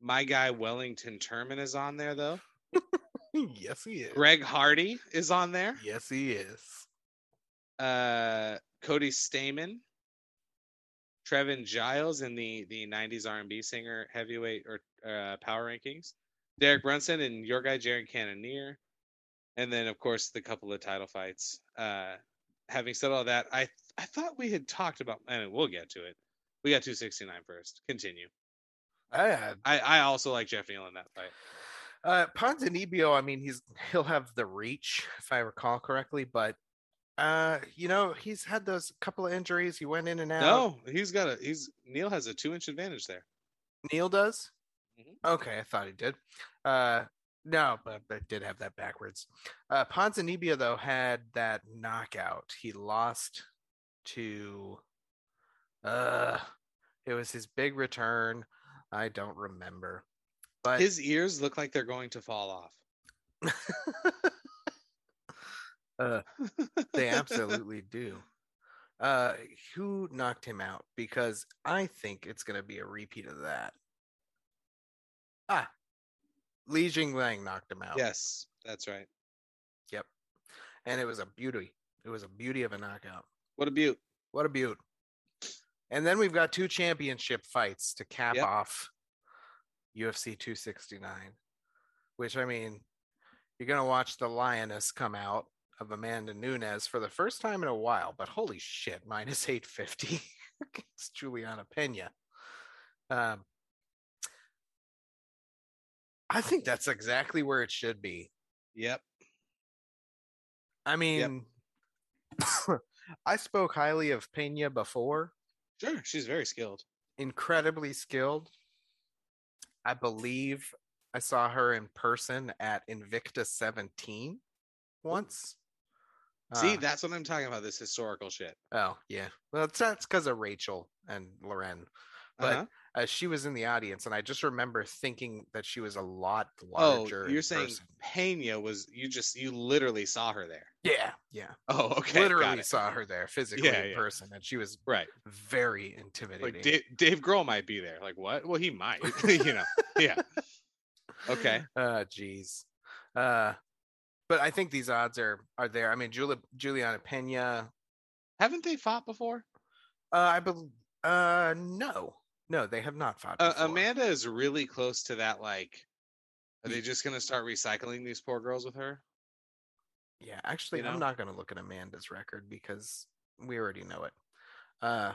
[SPEAKER 1] my guy Wellington Terman is on there though.
[SPEAKER 2] yes, he is.
[SPEAKER 1] Greg Hardy is on there.
[SPEAKER 2] Yes, he is.
[SPEAKER 1] Uh, Cody Stamen, Trevin Giles in the the '90s R&B singer heavyweight or uh, power rankings. Derek Brunson and your guy Jared Cannonier, and then of course the couple of title fights. Uh, having said all that, I I thought we had talked about. I mean, we'll get to it. We got 269 first. Continue.
[SPEAKER 2] I had
[SPEAKER 1] I I also like Jeff Neal in that fight.
[SPEAKER 2] uh, Ponzinibbio. I mean, he's he'll have the reach if I recall correctly, but uh, you know, he's had those couple of injuries. He went in and out.
[SPEAKER 1] No, he's got a he's Neil has a two inch advantage there.
[SPEAKER 2] Neil does.
[SPEAKER 1] Mhm.
[SPEAKER 2] Okay, I thought he did. Uh, no, but I did have that backwards. Uh, Ponzinibbio though had that knockout. He lost to. Uh, it was his big return. I don't remember, but
[SPEAKER 1] His ears look like they're going to fall off.
[SPEAKER 2] (laughs) uh,
[SPEAKER 1] (laughs)
[SPEAKER 2] they absolutely do. Uh, who knocked him out? Because I think it's going to be a repeat of that. Ah, Li Jinglang knocked him out.
[SPEAKER 1] Yes, that's right.
[SPEAKER 2] and it was a beauty. It was a beauty of a knockout.
[SPEAKER 1] What a beaut.
[SPEAKER 2] What a beaut! And then we've got two championship fights to cap
[SPEAKER 1] Yep.
[SPEAKER 2] off UFC 269, which I mean, you're going to watch the lioness come out of Amanda Nunes for the first time in a while, but holy shit, minus 850 (laughs) against Juliana Pena. Um, I think that's exactly where it should be.
[SPEAKER 1] Yep.
[SPEAKER 2] I mean, (laughs) I spoke highly of Pena before,
[SPEAKER 1] Sure. She's very skilled.
[SPEAKER 2] incredibly skilled. I believe I saw her in person at Invicta 17 once.
[SPEAKER 1] See,
[SPEAKER 2] Uh,
[SPEAKER 1] that's what I'm talking about. This historical shit.
[SPEAKER 2] Oh, yeah. Well, it's- that's because of Rachel and Loren. But
[SPEAKER 1] Uh-huh.
[SPEAKER 2] uh, she was in the audience, and I just remember thinking that she was a lot
[SPEAKER 1] oh,
[SPEAKER 2] larger.
[SPEAKER 1] you're
[SPEAKER 2] in
[SPEAKER 1] saying
[SPEAKER 2] person.
[SPEAKER 1] Pena was you just you literally saw her there.
[SPEAKER 2] Yeah, yeah.
[SPEAKER 1] Oh, (laughs) okay.
[SPEAKER 2] Literally
[SPEAKER 1] got it.
[SPEAKER 2] saw her there physically
[SPEAKER 1] Yeah,
[SPEAKER 2] in
[SPEAKER 1] yeah.
[SPEAKER 2] person, and she was
[SPEAKER 1] Right.
[SPEAKER 2] very intimidating.
[SPEAKER 1] Like Dave, Dave Grohl might be there. Like what? Well, he might. (laughs) you know.
[SPEAKER 2] (laughs)
[SPEAKER 1] Yeah. Okay.
[SPEAKER 2] Uh jeez. Uh but I think these odds are are there. I mean Julia, Juliana Pena,
[SPEAKER 1] Haven't they fought before?
[SPEAKER 2] uh I believe uh no. No, they have not fought.
[SPEAKER 1] Uh,
[SPEAKER 2] before.
[SPEAKER 1] Amanda is really close to that. Like, are
[SPEAKER 2] Mm-hmm.
[SPEAKER 1] they just gonna start recycling these poor girls with her?
[SPEAKER 2] Yeah, actually
[SPEAKER 1] you
[SPEAKER 2] I'm
[SPEAKER 1] know?
[SPEAKER 2] not gonna look at Amanda's record because we already know it. Uh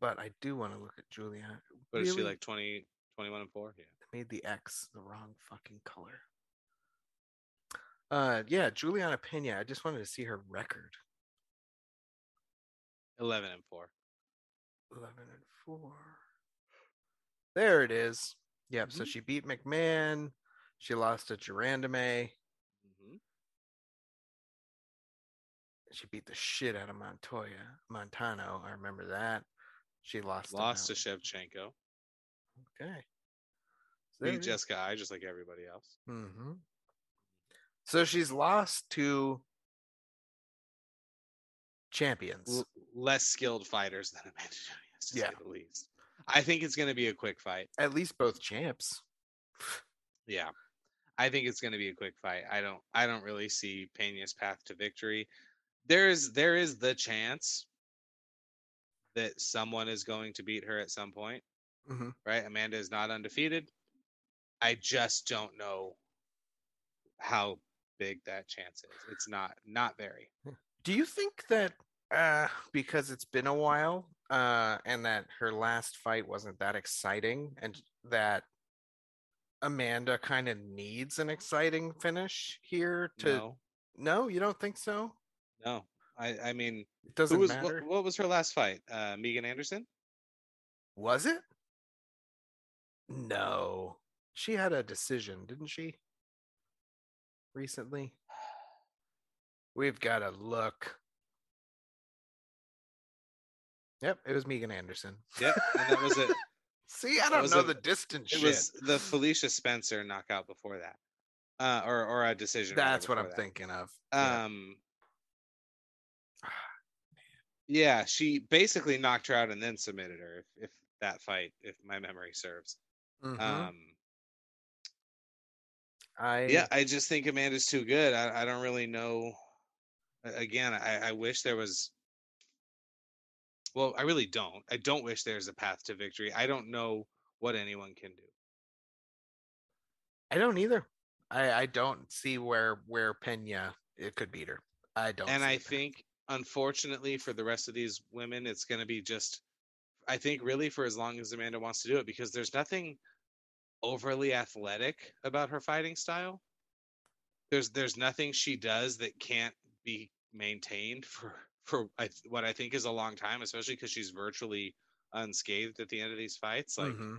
[SPEAKER 2] but I do want to look at Juliana.
[SPEAKER 1] But is she
[SPEAKER 2] Really?
[SPEAKER 1] like 20, 21 and four? Yeah.
[SPEAKER 2] I made the X the wrong fucking color. Uh yeah, Juliana Pena. I just wanted to see her record.
[SPEAKER 1] Eleven and four.
[SPEAKER 2] 11 and 4. There it is. Yep.
[SPEAKER 1] Mm-hmm.
[SPEAKER 2] So she beat McMahon. She lost to Gerandame.
[SPEAKER 1] Mm-hmm.
[SPEAKER 2] She beat the shit out of Montoya. Montano. I remember that. She lost.
[SPEAKER 1] Lost to
[SPEAKER 2] Mount-
[SPEAKER 1] Shevchenko.
[SPEAKER 2] Okay. So
[SPEAKER 1] Beat Jessica I just like everybody else.
[SPEAKER 2] hmm So she's lost to champions.
[SPEAKER 1] l- less skilled fighters than (laughs) Amanda Nunes, to
[SPEAKER 2] Yeah.
[SPEAKER 1] say the least. I think it's going to be a quick fight.
[SPEAKER 2] At least both champs.
[SPEAKER 1] Yeah, I think it's going to be a quick fight. I don't, I don't really see Pena's path to victory. There is, there is the chance that someone is going to beat her at some point,
[SPEAKER 2] Mhm.
[SPEAKER 1] right? Amanda is not undefeated. I just don't know how big that chance is. It's not, not very.
[SPEAKER 2] Do you think that uh because it's been a while uh and that her last fight wasn't that exciting and that Amanda kind of needs an exciting finish here to no.
[SPEAKER 1] no,
[SPEAKER 2] you don't think so?
[SPEAKER 1] no. I, I mean,
[SPEAKER 2] It
[SPEAKER 1] who
[SPEAKER 2] doesn't
[SPEAKER 1] was
[SPEAKER 2] matter.
[SPEAKER 1] what, what was her last fight? Uh, Megan Anderson.
[SPEAKER 2] Was it? No. She had a decision, didn't she? Recently. We've got to look. Yep, it was Megan Anderson.
[SPEAKER 1] Yep, and that was it.
[SPEAKER 2] See, I don't
[SPEAKER 1] was
[SPEAKER 2] know
[SPEAKER 1] a-
[SPEAKER 2] the distance
[SPEAKER 1] It
[SPEAKER 2] (laughs) shit.
[SPEAKER 1] was the Felicia Spencer knockout before that, uh, or or a decision. rather,
[SPEAKER 2] That's what I'm
[SPEAKER 1] before that.
[SPEAKER 2] thinking of. Yeah.
[SPEAKER 1] Um, yeah, she basically knocked her out and then submitted her. If, if that fight, if my memory serves.
[SPEAKER 2] Mhm.
[SPEAKER 1] Um,
[SPEAKER 2] I
[SPEAKER 1] yeah, I just think Amanda's too good. I, I don't really know. a- Again, I, I wish there was. Well, I really don't. I don't wish there's a path to victory. I don't know what anyone can do.
[SPEAKER 2] I don't either. I I don't see where where Pena it could beat her. I don't.
[SPEAKER 1] and
[SPEAKER 2] see
[SPEAKER 1] I
[SPEAKER 2] it.
[SPEAKER 1] think, unfortunately, for the rest of these women, it's going to be just, I think, really for as long as Amanda wants to do it, because there's nothing overly athletic about her fighting style. There's there's nothing she does that can't be maintained for for I, th- what I think is a long time, especially because she's virtually unscathed at the end of these fights. Like
[SPEAKER 2] Mhm.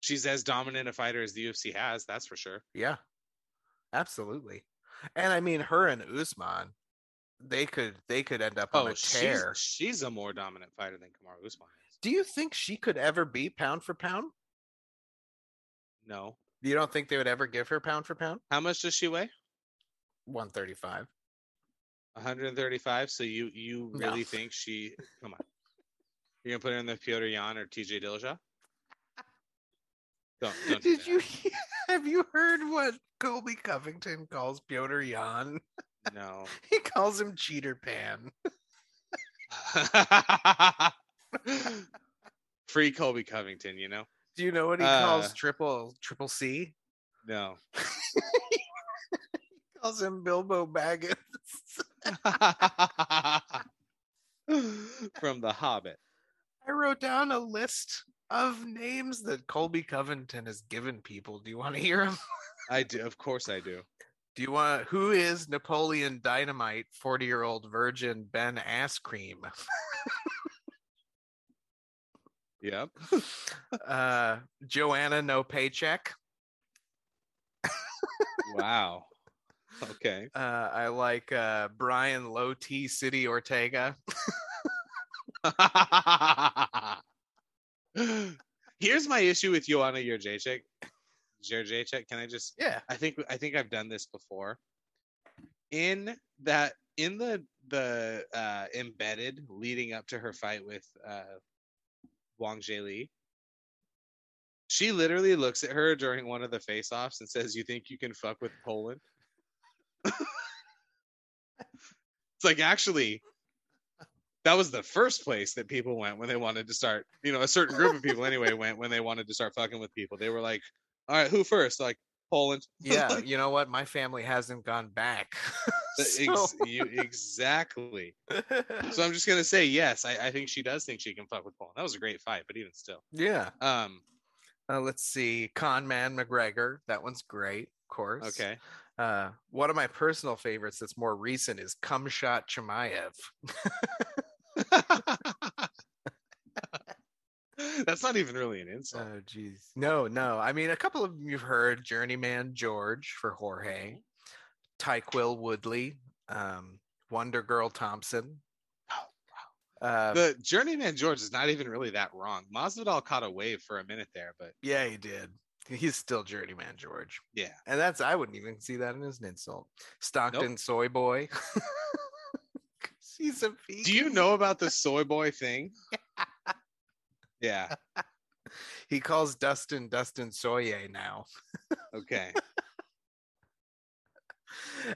[SPEAKER 1] she's as dominant a fighter as the UFC has, that's for sure.
[SPEAKER 2] yeah, absolutely. And I mean, her and Usman, they could they could end up on a
[SPEAKER 1] Oh, she's,
[SPEAKER 2] tear.
[SPEAKER 1] she's a more dominant fighter than Kamaru Usman is.
[SPEAKER 2] Do you think she could ever be pound for pound?
[SPEAKER 1] No,
[SPEAKER 2] You don't think they would ever give her pound for pound?
[SPEAKER 1] how much does she weigh?
[SPEAKER 2] One thirty five.
[SPEAKER 1] 135. So you you
[SPEAKER 2] No.
[SPEAKER 1] really think she? Come on, you're gonna put her in the Piotr Jan or TJ
[SPEAKER 2] (laughs)
[SPEAKER 1] Dillashaw? Don't, Oh, don't do
[SPEAKER 2] Did
[SPEAKER 1] that.
[SPEAKER 2] you (laughs) have you heard what Colby Covington calls Piotr Jan?
[SPEAKER 1] No.
[SPEAKER 2] (laughs) He calls him Cheater Pan.
[SPEAKER 1] (laughs) Free Colby Covington, you know?
[SPEAKER 2] Do you know what he
[SPEAKER 1] Uh,
[SPEAKER 2] calls triple triple C?
[SPEAKER 1] No. (laughs)
[SPEAKER 2] he calls him Bilbo Baggins. (laughs)
[SPEAKER 1] From The Hobbit.
[SPEAKER 2] I wrote down a list of names that Colby Covington has given people. Do you want to hear them?
[SPEAKER 1] I do, of course, I do.
[SPEAKER 2] Do you want who is Napoleon Dynamite, 40 year old virgin Ben Ass Cream? (laughs)
[SPEAKER 1] Yep.
[SPEAKER 2] Uh, Joanna No Paycheck.
[SPEAKER 1] Wow. Okay.
[SPEAKER 2] Uh, I like uh, Brian Low T City Ortega.
[SPEAKER 1] (laughs) Here's my issue with Joanna Jurjacek. Jurjacek, can I just? (laughs)
[SPEAKER 2] Yeah.
[SPEAKER 1] I think I think I've done this before. In that, in the the uh, embedded leading up to her fight with uh, Wang Li, she literally looks at her during one of the face-offs and says, "You think you can fuck with Poland?" it's like actually that was the first place that people went when they wanted to start you know a certain group of people anyway went when they wanted to start fucking with people they were like all right who first like poland
[SPEAKER 2] Yeah, you know what? My family hasn't gone back. (laughs)
[SPEAKER 1] The
[SPEAKER 2] So-
[SPEAKER 1] ex- you, exactly
[SPEAKER 2] (laughs)
[SPEAKER 1] so i'm just gonna say yes I, I think she does think she can fuck with poland that was a great fight but even still
[SPEAKER 2] yeah.
[SPEAKER 1] um
[SPEAKER 2] Uh, let's see. Conman McGregor. That one's great, of course.
[SPEAKER 1] okay (laughs)
[SPEAKER 2] Uh, one of my personal favorites that's more recent is Kumshot Chimaev.
[SPEAKER 1] that's not even really an
[SPEAKER 2] (laughs)
[SPEAKER 1] insult
[SPEAKER 2] Oh, geez. No, no. I mean, a couple of them you've heard Journeyman George for Jorge, Tyquil Woodley, um, Wonder Girl Thompson. Oh, Uh,
[SPEAKER 1] the journeyman george is not even really that wrong masvidal caught a wave for a minute there but
[SPEAKER 2] Yeah, he did. He's still Journeyman George.
[SPEAKER 1] Yeah.
[SPEAKER 2] And that's I wouldn't even see that as an insult. Stockton Soy Boy. (laughs) 'Cause He's a
[SPEAKER 1] do you
[SPEAKER 2] vegan.
[SPEAKER 1] know about the soy boy
[SPEAKER 2] (laughs)
[SPEAKER 1] thing yeah
[SPEAKER 2] he calls Dustin Dustin Soye now?
[SPEAKER 1] Okay.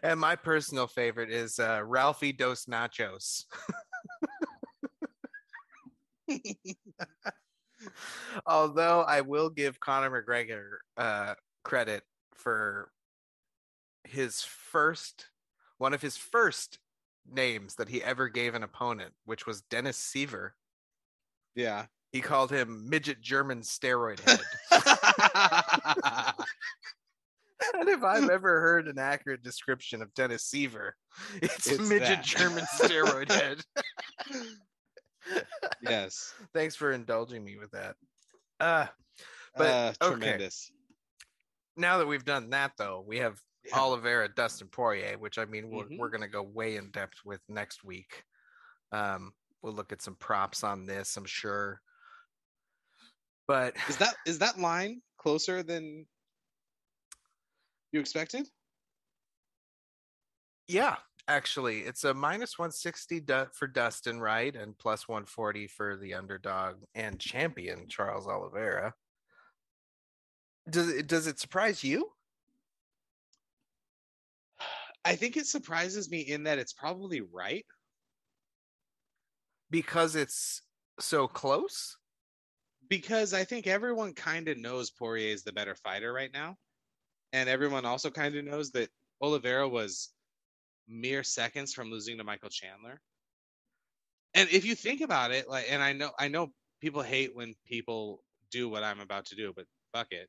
[SPEAKER 2] And my personal favorite is uh, Ralphie Dos Nachos. (laughs) Although I will give Conor McGregor uh, credit for his first, one of his first names that he ever gave an opponent, which was Dennis Seaver. (laughs)
[SPEAKER 1] Yeah.
[SPEAKER 2] He called him midget German steroid head. (laughs) and if I've ever heard an accurate description of Dennis Seaver, (laughs) it's,
[SPEAKER 1] It's
[SPEAKER 2] midget
[SPEAKER 1] that.
[SPEAKER 2] (laughs) German steroid head.
[SPEAKER 1] yes.
[SPEAKER 2] Thanks for indulging me with that. Uh,
[SPEAKER 1] But
[SPEAKER 2] But, okay.
[SPEAKER 1] tremendous.
[SPEAKER 2] now that we've done that, though, we have
[SPEAKER 1] Yeah.
[SPEAKER 2] Oliveira, Dustin Poirier, which I mean, we're,
[SPEAKER 1] Mhm.
[SPEAKER 2] we're going to go way in depth with next week. Um, we'll look at some props on this, I'm sure. But
[SPEAKER 1] Is that is that line closer than you expected?
[SPEAKER 2] yeah, actually, it's a minus 160 du- for Dustin, right? And plus 140 for the underdog and champion, Charles Oliveira. Does it, does it surprise you?
[SPEAKER 1] I think it surprises me in that it's probably right.
[SPEAKER 2] Because it's so close? (laughs)
[SPEAKER 1] because I think everyone kind of knows Poirier is the better fighter right now, and everyone also kind of knows that Oliveira was mere seconds from losing to Michael Chandler. And if you think about it, like, and I know I know people hate when people do what I'm about to do, but fuck it.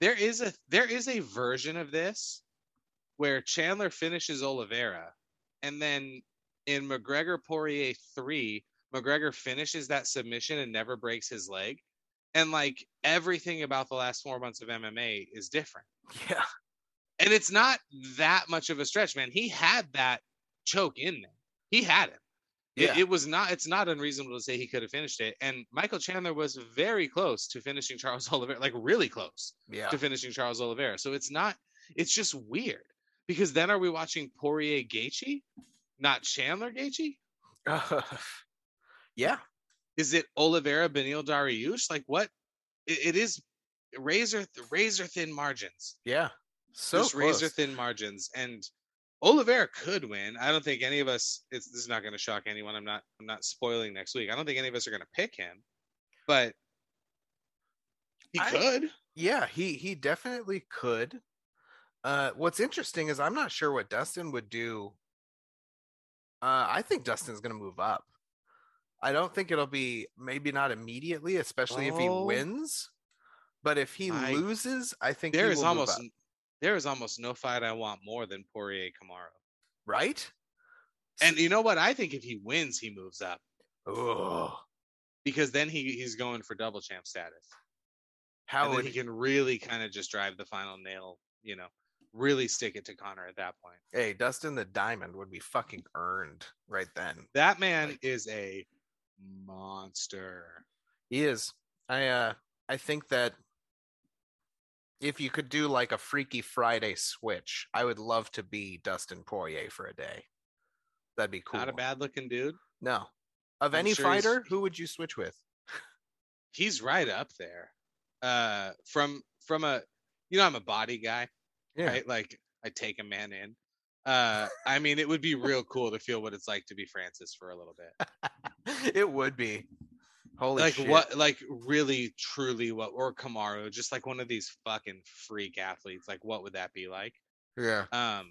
[SPEAKER 1] There is a there is a version of this where Chandler finishes Oliveira, and then in McGregor Poirier three, McGregor finishes that submission and never breaks his leg. And like everything about the last four months of MMA is different.
[SPEAKER 2] Yeah.
[SPEAKER 1] And it's not that much of a stretch, man. He had that choke in there. He had it. It-
[SPEAKER 2] Yeah.
[SPEAKER 1] It, was not, it's not unreasonable to say he could have finished it. And Michael Chandler was very close to finishing Charles (laughs) Oliveira, like really close
[SPEAKER 2] Yeah.
[SPEAKER 1] to finishing Charles Oliveira. So it's not, it's just weird because then are we watching Poirier Gaethje, not Chandler Gaethje? (laughs)
[SPEAKER 2] yeah.
[SPEAKER 1] is it Oliveira Benil Dariush? Like what? It, it is razor th- razor thin margins.
[SPEAKER 2] Yeah. So
[SPEAKER 1] Just razor
[SPEAKER 2] close.
[SPEAKER 1] thin margins, and Oliveira could win. I don't think any of us. It's, this is not going to shock anyone. I'm not. I'm not spoiling next week. I don't think any of us are going to pick him, but he
[SPEAKER 2] I-
[SPEAKER 1] could.
[SPEAKER 2] Yeah, he he definitely could. Uh what's interesting is I'm not sure what Dustin would do. Uh I think Dustin's going to move up. I don't think it'll be maybe not immediately, especially if he
[SPEAKER 1] Oh.
[SPEAKER 2] wins. But if he
[SPEAKER 1] My-
[SPEAKER 2] loses, I think
[SPEAKER 1] There
[SPEAKER 2] he
[SPEAKER 1] is
[SPEAKER 2] will move
[SPEAKER 1] almost.
[SPEAKER 2] up,
[SPEAKER 1] n- There is almost no fight I want more than Poirier Camaro.
[SPEAKER 2] right.
[SPEAKER 1] And you know what? I think if he wins, he moves up
[SPEAKER 2] Oh,
[SPEAKER 1] because then he, he's going for double champ status.
[SPEAKER 2] how
[SPEAKER 1] Oh, and then
[SPEAKER 2] would
[SPEAKER 1] he can really kind of just drive the final nail, you know, really stick it to Connor at that point.
[SPEAKER 2] hey Dustin the diamond would be fucking earned right then.
[SPEAKER 1] That man is a monster.
[SPEAKER 2] He is. I uh I think that if you could do like a Freaky Friday switch, I would love to be Dustin Poirier for a day. That'd be cool.
[SPEAKER 1] Not a bad looking dude.
[SPEAKER 2] no. Of
[SPEAKER 1] I'm
[SPEAKER 2] any
[SPEAKER 1] sure he's-
[SPEAKER 2] fighter, who would you switch with? (laughs)
[SPEAKER 1] He's right up there. Uh from from a you know, I'm a body guy,
[SPEAKER 2] Yeah.
[SPEAKER 1] right? Like I take a man in. Uh I mean it would be real cool to feel what it's like to be Francis for a little bit.
[SPEAKER 2] it would be. Holy
[SPEAKER 1] like
[SPEAKER 2] shit.
[SPEAKER 1] what like really truly what or Kamaru, just like one of these fucking freak athletes. Like what would that be like?
[SPEAKER 2] Yeah.
[SPEAKER 1] Um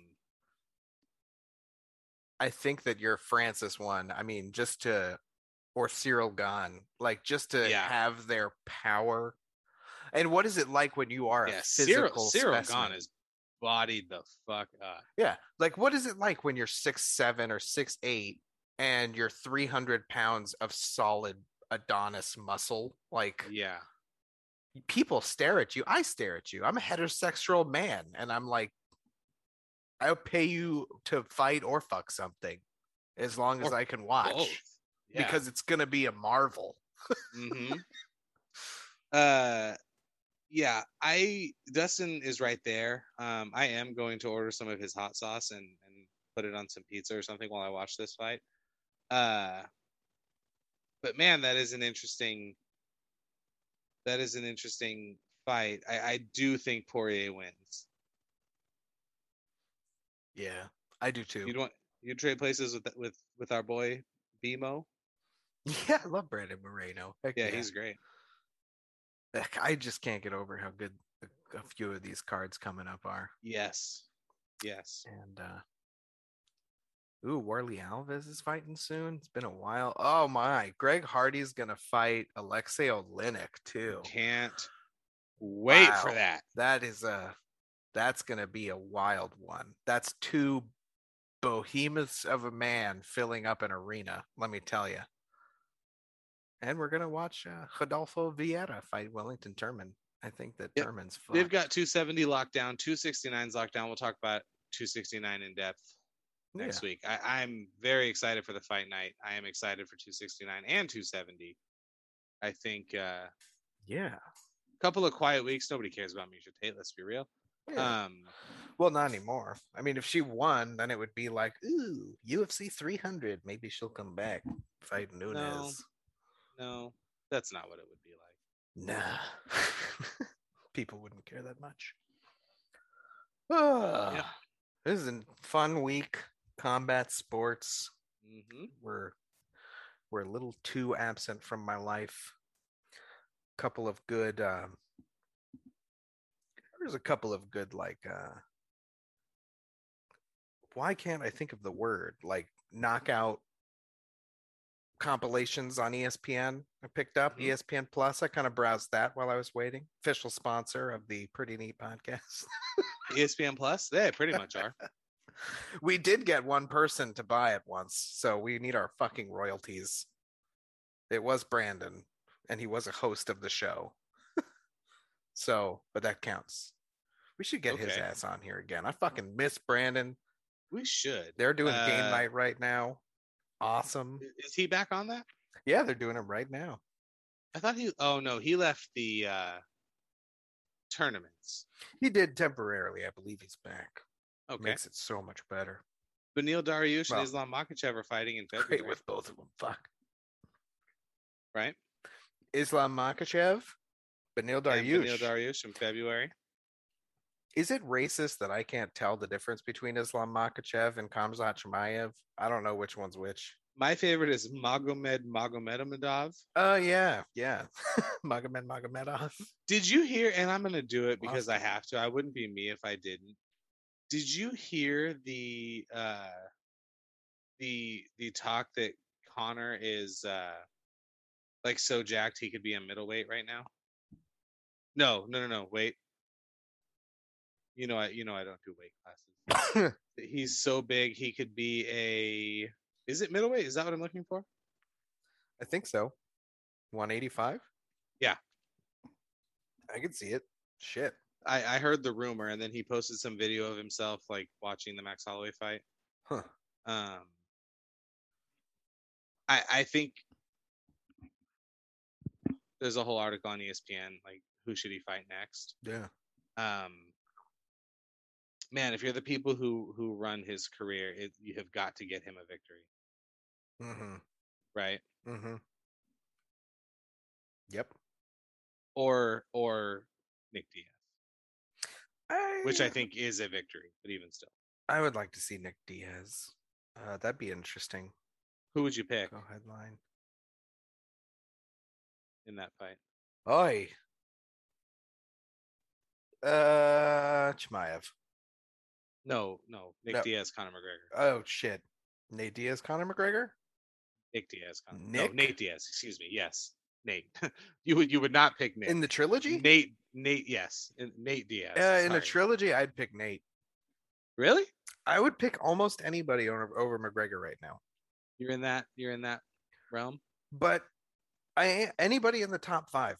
[SPEAKER 2] I think that your Francis one, I mean, just to or Cyril Gahn, like just to
[SPEAKER 1] Yeah.
[SPEAKER 2] have their power. And what is it like when you are a
[SPEAKER 1] yeah,
[SPEAKER 2] physical
[SPEAKER 1] Cyril, Cyril
[SPEAKER 2] specimen?
[SPEAKER 1] Gahn is bodied the fuck up.
[SPEAKER 2] Yeah. Like, what is it like when you're six seven or six eight and you're three hundred pounds of solid Adonis muscle? Like
[SPEAKER 1] Yeah,
[SPEAKER 2] people stare at you. I stare at you. I'm a heterosexual man, and I'm like, I'll pay you to fight or fuck something as long as
[SPEAKER 1] Or
[SPEAKER 2] I can watch
[SPEAKER 1] both. Yeah.
[SPEAKER 2] because it's gonna be a marvel.
[SPEAKER 1] hmm uh, yeah, I Dustin is right there. Um, I am going to order some of his hot sauce and and put it on some pizza or something while I watch this fight. Uh, but man, that is an interesting. That is an interesting fight. I, I do think Poirier wins.
[SPEAKER 2] Yeah, I do
[SPEAKER 1] You'd
[SPEAKER 2] too.
[SPEAKER 1] want you trade places with with with our boy Bimo.
[SPEAKER 2] (laughs) Yeah, I love Brandon Moreno. Heck
[SPEAKER 1] Yeah, he's great.
[SPEAKER 2] Heck, I just can't get over how good a- a few of these cards coming up are.
[SPEAKER 1] Yes. Yes.
[SPEAKER 2] and uh Ooh, Warley Alves is fighting soon. It's been a while. Oh my, Greg Hardy's gonna fight Alexei Olenek too.
[SPEAKER 1] Can't wait for
[SPEAKER 2] Oh. Wow.
[SPEAKER 1] that.
[SPEAKER 2] That is a that's gonna be a wild one. That's two behemoths of a man filling up an arena, let me tell you. And we're gonna watch uh, Rodolfo Vieira fight Wellington Turman. I think that
[SPEAKER 1] Yep.
[SPEAKER 2] Turman's
[SPEAKER 1] They've
[SPEAKER 2] fucked.
[SPEAKER 1] got 270 lockdown, 269's lockdown. We'll talk about 269 in depth next
[SPEAKER 2] Yeah.
[SPEAKER 1] week. I, I'm very excited for the fight night. I am excited for 269 and 270. I think uh,
[SPEAKER 2] Yeah.
[SPEAKER 1] couple of quiet weeks. Nobody cares about Misha Tate. Let's be real. Um,
[SPEAKER 2] Well, not anymore. I mean, if she won, then it would be like, ooh, UFC 300. Maybe she'll come back fight Nunes.
[SPEAKER 1] no, that's not what it would be like.
[SPEAKER 2] Nah. (laughs) People wouldn't care that much. (sighs) Ah,
[SPEAKER 1] Yep.
[SPEAKER 2] This is a fun week. Combat sports
[SPEAKER 1] Mm-hmm.
[SPEAKER 2] were were a little too absent from my life. Couple of good um there's a couple of good like uh why can't I think of the word? Like knockout compilations on E ESPN I picked up, E
[SPEAKER 1] Mhm.
[SPEAKER 2] ESPN Plus. I kind of browsed that while I was waiting. Official sponsor of the Pretty Neat podcast.
[SPEAKER 1] ESPN Plus, they pretty much
[SPEAKER 2] (laughs)
[SPEAKER 1] are.
[SPEAKER 2] we did get one person to buy it once, so we need our fucking royalties. It was Brandon, and he was a host of the show. (laughs) so, but that counts. We should get his
[SPEAKER 1] Okay.
[SPEAKER 2] ass on here again. I fucking miss Brandon.
[SPEAKER 1] We should.
[SPEAKER 2] They're doing
[SPEAKER 1] Uh,
[SPEAKER 2] game night right now. Awesome.
[SPEAKER 1] Is he back on that?
[SPEAKER 2] Yeah, they're doing it right now.
[SPEAKER 1] I thought he. Oh no, he left the uh tournaments.
[SPEAKER 2] He did temporarily. I believe he's back.
[SPEAKER 1] Okay,
[SPEAKER 2] Makes it so much better.
[SPEAKER 1] Benil Dariush
[SPEAKER 2] Well,
[SPEAKER 1] and Islam Makhachev are fighting in February.
[SPEAKER 2] Great with both of them. Fuck.
[SPEAKER 1] Right.
[SPEAKER 2] Islam Makachev, Benil
[SPEAKER 1] And Benil
[SPEAKER 2] Daryush.
[SPEAKER 1] Dariush in February.
[SPEAKER 2] Is it racist that I can't tell the difference between Islam Makachev and Kamzat Chimaev? I don't know which one's which.
[SPEAKER 1] My favorite is Magomed Magomedov.
[SPEAKER 2] Oh, yeah. Yeah. (laughs) Magomed Magomedov.
[SPEAKER 1] Did you hear? And I'm going to do it
[SPEAKER 2] Wow.
[SPEAKER 1] because I have to. I wouldn't be me if I didn't. Did you hear the uh, the the talk that Connor is uh, like so jacked he could be a middleweight right now? No, no, no, no. Wait. You know, I you know I don't do weight classes. He's so big he could be a. Is it middleweight? Is that what I'm looking for?
[SPEAKER 2] I think so. 185?
[SPEAKER 1] Yeah.
[SPEAKER 2] I can see it. Shit.
[SPEAKER 1] I, I heard the rumor, and then he posted some video of himself like watching the Max Holloway fight.
[SPEAKER 2] Huh.
[SPEAKER 1] um i i think there's a whole article on E espn like who should he fight next
[SPEAKER 2] Yeah.
[SPEAKER 1] um man if you're the people who who run his career it, you have got to get him a victory
[SPEAKER 2] Mm-hmm.
[SPEAKER 1] right
[SPEAKER 2] Mm-hmm. Yep.
[SPEAKER 1] or or nick diaz which i
[SPEAKER 2] think.
[SPEAKER 1] think is a victory but even still
[SPEAKER 2] I would like to see Nick Diaz. Uh, that'd be interesting.
[SPEAKER 1] who would you pick
[SPEAKER 2] Go headline.
[SPEAKER 1] in that fight
[SPEAKER 2] Oi. Uh, Chimaev.
[SPEAKER 1] no no nick
[SPEAKER 2] No.
[SPEAKER 1] diaz conor mcgregor
[SPEAKER 2] Oh shit. Nate Diaz, Conor McGregor.
[SPEAKER 1] nick diaz conor
[SPEAKER 2] Nick?
[SPEAKER 1] no nate diaz excuse me yes nate (laughs) you would you would not pick nick
[SPEAKER 2] In the trilogy.
[SPEAKER 1] Nate, Nate, yes, in- Nate Diaz.
[SPEAKER 2] uh, in a
[SPEAKER 1] sorry.
[SPEAKER 2] trilogy, I'd pick Nate.
[SPEAKER 1] Really?
[SPEAKER 2] I would pick almost anybody over, over McGregor right now.
[SPEAKER 1] You're in that. You're in that realm.
[SPEAKER 2] But I anybody in the top five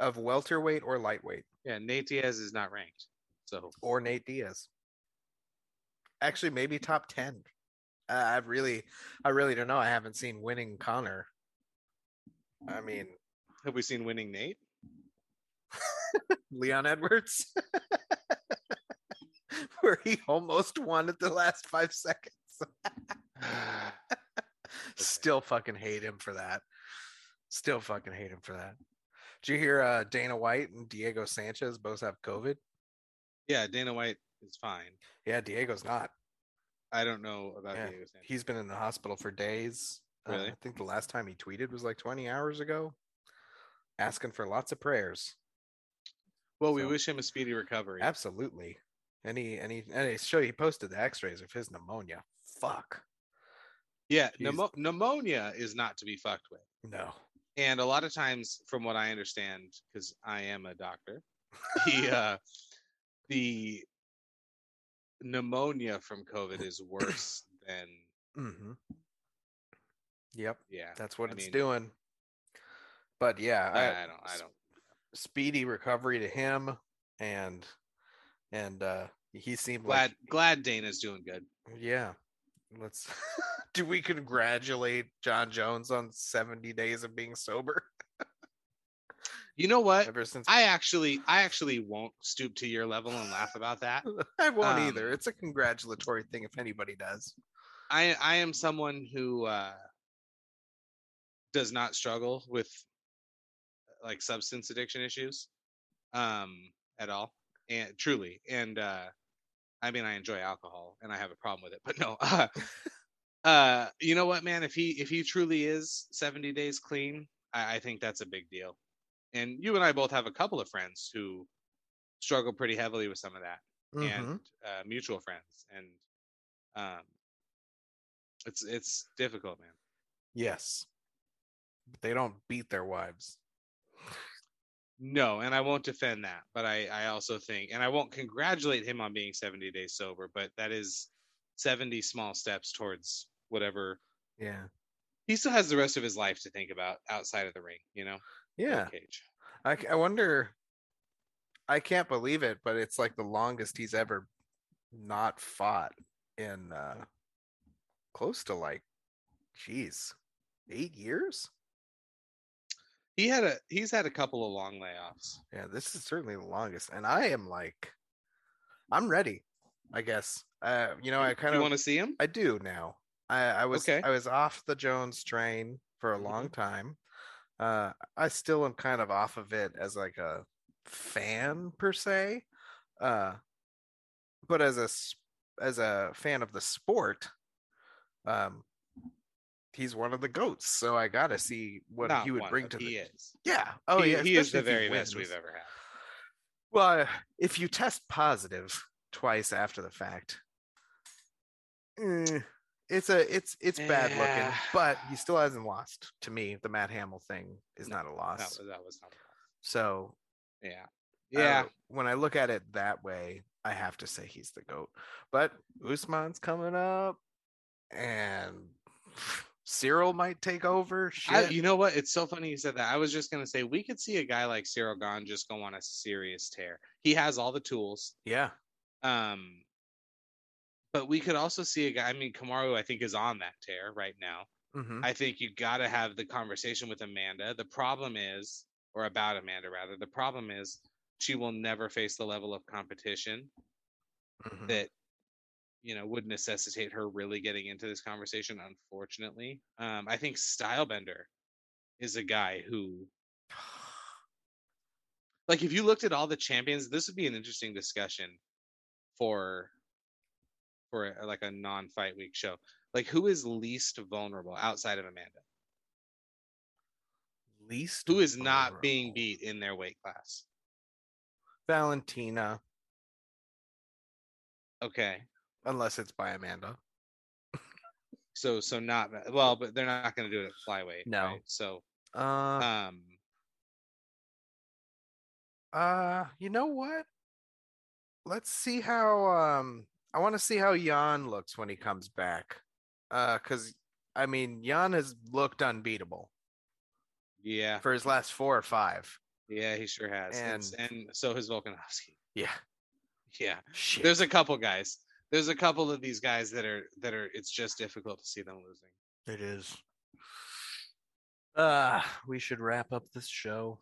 [SPEAKER 2] of welterweight or lightweight
[SPEAKER 1] Yeah, Nate Diaz is not ranked. So
[SPEAKER 2] or Nate Diaz. Actually, maybe top ten. Uh, I really, I really don't know. I haven't seen winning Connor. I mean,
[SPEAKER 1] have we seen winning
[SPEAKER 2] (sighs)
[SPEAKER 1] Nate?
[SPEAKER 2] Leon Edwards, (laughs) where he almost won at the last five seconds. Still fucking hate him for that. Still fucking hate him for that. Did you hear uh, Dana White and Diego Sanchez both have COVID?
[SPEAKER 1] Yeah, Dana White is fine.
[SPEAKER 2] Yeah, Diego's not.
[SPEAKER 1] I don't know about
[SPEAKER 2] Yeah,
[SPEAKER 1] Diego Sanchez.
[SPEAKER 2] he's been in the hospital for days. Uh,
[SPEAKER 1] Really?
[SPEAKER 2] I think the last time he tweeted was like 20 hours ago, asking for lots of prayers.
[SPEAKER 1] Well, we
[SPEAKER 2] so-
[SPEAKER 1] wish him a speedy recovery.
[SPEAKER 2] Absolutely. And he and he and he show he posted the X-rays of his pneumonia. Fuck.
[SPEAKER 1] Yeah,
[SPEAKER 2] Jeez.
[SPEAKER 1] pneumo- pneumonia is not to be fucked with.
[SPEAKER 2] No.
[SPEAKER 1] and a lot of times from what i understand because i am a doctor the uh the pneumonia from covid is worse than
[SPEAKER 2] Mm-hmm. Yep.
[SPEAKER 1] yeah
[SPEAKER 2] That's what
[SPEAKER 1] I
[SPEAKER 2] it's
[SPEAKER 1] mean,
[SPEAKER 2] doing. But yeah,
[SPEAKER 1] I,
[SPEAKER 2] I,
[SPEAKER 1] I don't i
[SPEAKER 2] s-
[SPEAKER 1] don't
[SPEAKER 2] speedy recovery to him and and uh he seemed
[SPEAKER 1] glad glad dana's doing good
[SPEAKER 2] like yeah. Let's (laughs) do we congratulate John Jones on 70 days of being sober
[SPEAKER 1] you know what
[SPEAKER 2] ever since
[SPEAKER 1] i actually i actually won't stoop to your level and laugh about that
[SPEAKER 2] (laughs) I won't
[SPEAKER 1] um,
[SPEAKER 2] either. It's a congratulatory thing if anybody does.
[SPEAKER 1] i i am someone who uh does not struggle with like substance addiction issues um at all and truly and uh i mean i enjoy alcohol and i have a problem with it (laughs) but no uh, uh you know what man if he if he truly is 70 days clean i i think that's a big deal and you and i both have a couple of friends who struggle pretty heavily with some of that
[SPEAKER 2] Mhm.
[SPEAKER 1] and uh, mutual friends and um it's it's difficult man
[SPEAKER 2] Yes. But they don't beat their wives.
[SPEAKER 1] No, and I won't defend that, but I, I also think, and I won't congratulate him on being 70 days sober, but that is 70 small steps towards whatever.
[SPEAKER 2] Yeah.
[SPEAKER 1] He still has the rest of his life to think about outside of the ring, you know? or the
[SPEAKER 2] Yeah.
[SPEAKER 1] Cage.
[SPEAKER 2] I, c- I wonder. I can't believe it, but it's like the longest he's ever not fought in uh close to like, geez, eight years.
[SPEAKER 1] He had a he's had a couple of long layoffs.
[SPEAKER 2] Yeah, this is certainly the longest, and I am like, I'm ready. I guess. Uh, you know, I kind
[SPEAKER 1] you
[SPEAKER 2] of
[SPEAKER 1] want to see him?
[SPEAKER 2] I do now. I, I was
[SPEAKER 1] Okay.
[SPEAKER 2] I was off the Jones train for a
[SPEAKER 1] Mhm.
[SPEAKER 2] long time. Uh, I still am kind of off of it as like a fan per se, uh, but as a s- as a fan of the sport, um, he's one of the goats. So I gotta see what
[SPEAKER 1] Not
[SPEAKER 2] he would
[SPEAKER 1] one
[SPEAKER 2] bring
[SPEAKER 1] of-
[SPEAKER 2] to
[SPEAKER 1] he
[SPEAKER 2] the
[SPEAKER 1] is.
[SPEAKER 2] yeah. Oh
[SPEAKER 1] he,
[SPEAKER 2] yeah,
[SPEAKER 1] he is the
[SPEAKER 2] especially if he
[SPEAKER 1] very best we've
[SPEAKER 2] wins.
[SPEAKER 1] ever had.
[SPEAKER 2] Well, if you test positive twice after the fact, eh, it's a it's it's bad looking.
[SPEAKER 1] Yeah.
[SPEAKER 2] But he still hasn't lost. To me, the Matt Hamill thing is not a loss.
[SPEAKER 1] That was that was not
[SPEAKER 2] So
[SPEAKER 1] yeah.
[SPEAKER 2] I don't
[SPEAKER 1] Yeah.
[SPEAKER 2] know, when I look at it that way, I have to say he's the goat. But Usman's coming up, and (sighs) Cyril might take over. Shit.
[SPEAKER 1] I, you know what? It's so funny you said that. I was just gonna say we could see a guy like Cyril Gahn just go on a serious tear. He has all the tools.
[SPEAKER 2] yeah.
[SPEAKER 1] Um, but we could also see a guy. I mean, Kamaru, I think, is on that tear right now.
[SPEAKER 2] hmm
[SPEAKER 1] I think you got to have the conversation with Amanda. The problem is, or about Amanda rather, the problem is she will never face the level of competition
[SPEAKER 2] Mm-hmm.
[SPEAKER 1] that you know would necessitate her really getting into this conversation. Unfortunately, um, I think Stylebender is a guy
[SPEAKER 2] (sighs)
[SPEAKER 1] who like if you looked at all the champions this would be an interesting discussion for for uh, like a non-fight week show like who is least vulnerable outside of amanda
[SPEAKER 2] Least
[SPEAKER 1] who is not
[SPEAKER 2] vulnerable.
[SPEAKER 1] being beat in their weight class
[SPEAKER 2] Valentina,
[SPEAKER 1] okay
[SPEAKER 2] unless it's by Amanda.
[SPEAKER 1] so so not well but they're not going to do it at flyweight
[SPEAKER 2] No.
[SPEAKER 1] right? so
[SPEAKER 2] Uh,
[SPEAKER 1] um
[SPEAKER 2] uh, you know what? Let's see how um I want to see how Jan looks when he comes back. Uh, cuz I mean, Jan has looked unbeatable
[SPEAKER 1] yeah
[SPEAKER 2] for his last 4 or 5.
[SPEAKER 1] yeah he sure has and
[SPEAKER 2] And-
[SPEAKER 1] and, so has volkanovski (laughs)
[SPEAKER 2] Yeah.
[SPEAKER 1] yeah
[SPEAKER 2] Shit.
[SPEAKER 1] there's a couple guys there's a couple of these guys that are that are it's just difficult to see them losing
[SPEAKER 2] it is. Uh, we should wrap up this show.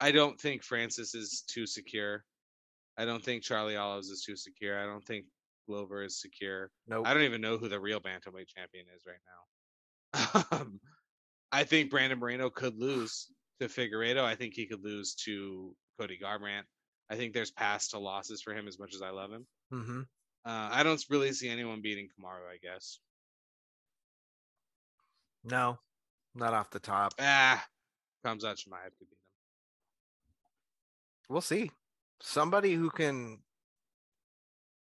[SPEAKER 1] I don't think Francis is too secure. I don't think Charlie Olives is too secure. I don't think Glover is secure.
[SPEAKER 2] Nope.
[SPEAKER 1] I don't even know who the real bantamweight champion is right now. (laughs) um, I think Brandon Moreno could lose to Figueredo. I think he could lose to Cody Garbrandt. I think there's paths to losses for him as much as I love him.
[SPEAKER 2] mm-hmm.
[SPEAKER 1] Uh, I don't really see anyone beating Kamaru, I guess.
[SPEAKER 2] No. Not off the top.
[SPEAKER 1] Ah, Kamzat Shemaev could beat him.
[SPEAKER 2] We'll see. Somebody who can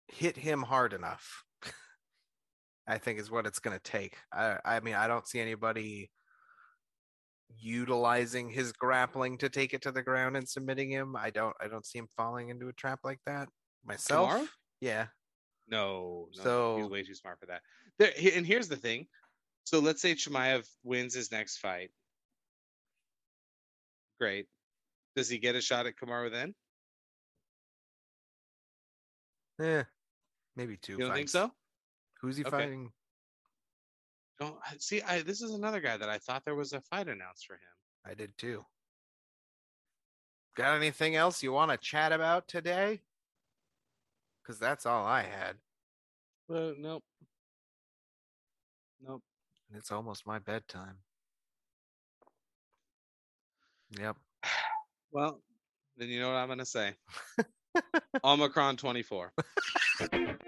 [SPEAKER 2] hit him hard enough. (laughs) I think is what it's going to take. I, I mean, I don't see anybody utilizing his grappling to take it to the ground and submitting him. I don't, I don't see him falling into a trap like that myself.
[SPEAKER 1] Tomorrow?
[SPEAKER 2] Yeah.
[SPEAKER 1] No, no, he's
[SPEAKER 2] So-
[SPEAKER 1] way too smart for that. There, he- and here's the thing. So let's say Chimaev wins his next fight. Great. Does he get a shot at Kamaru then?
[SPEAKER 2] Yeah. Eh, Maybe two.
[SPEAKER 1] You don't think
[SPEAKER 2] fights.
[SPEAKER 1] so?
[SPEAKER 2] Who's he
[SPEAKER 1] Okay.
[SPEAKER 2] fighting?
[SPEAKER 1] Don't I- see. I this is another guy that I thought there was a fight announced for him.
[SPEAKER 2] I did too. Got anything else you want to chat about today? Because that's all I had.
[SPEAKER 1] Well, nope. Nope.
[SPEAKER 2] and It's almost my bedtime. Yep.
[SPEAKER 1] Well, then you know what I'm gonna
[SPEAKER 2] (laughs)
[SPEAKER 1] say. Omicron 24.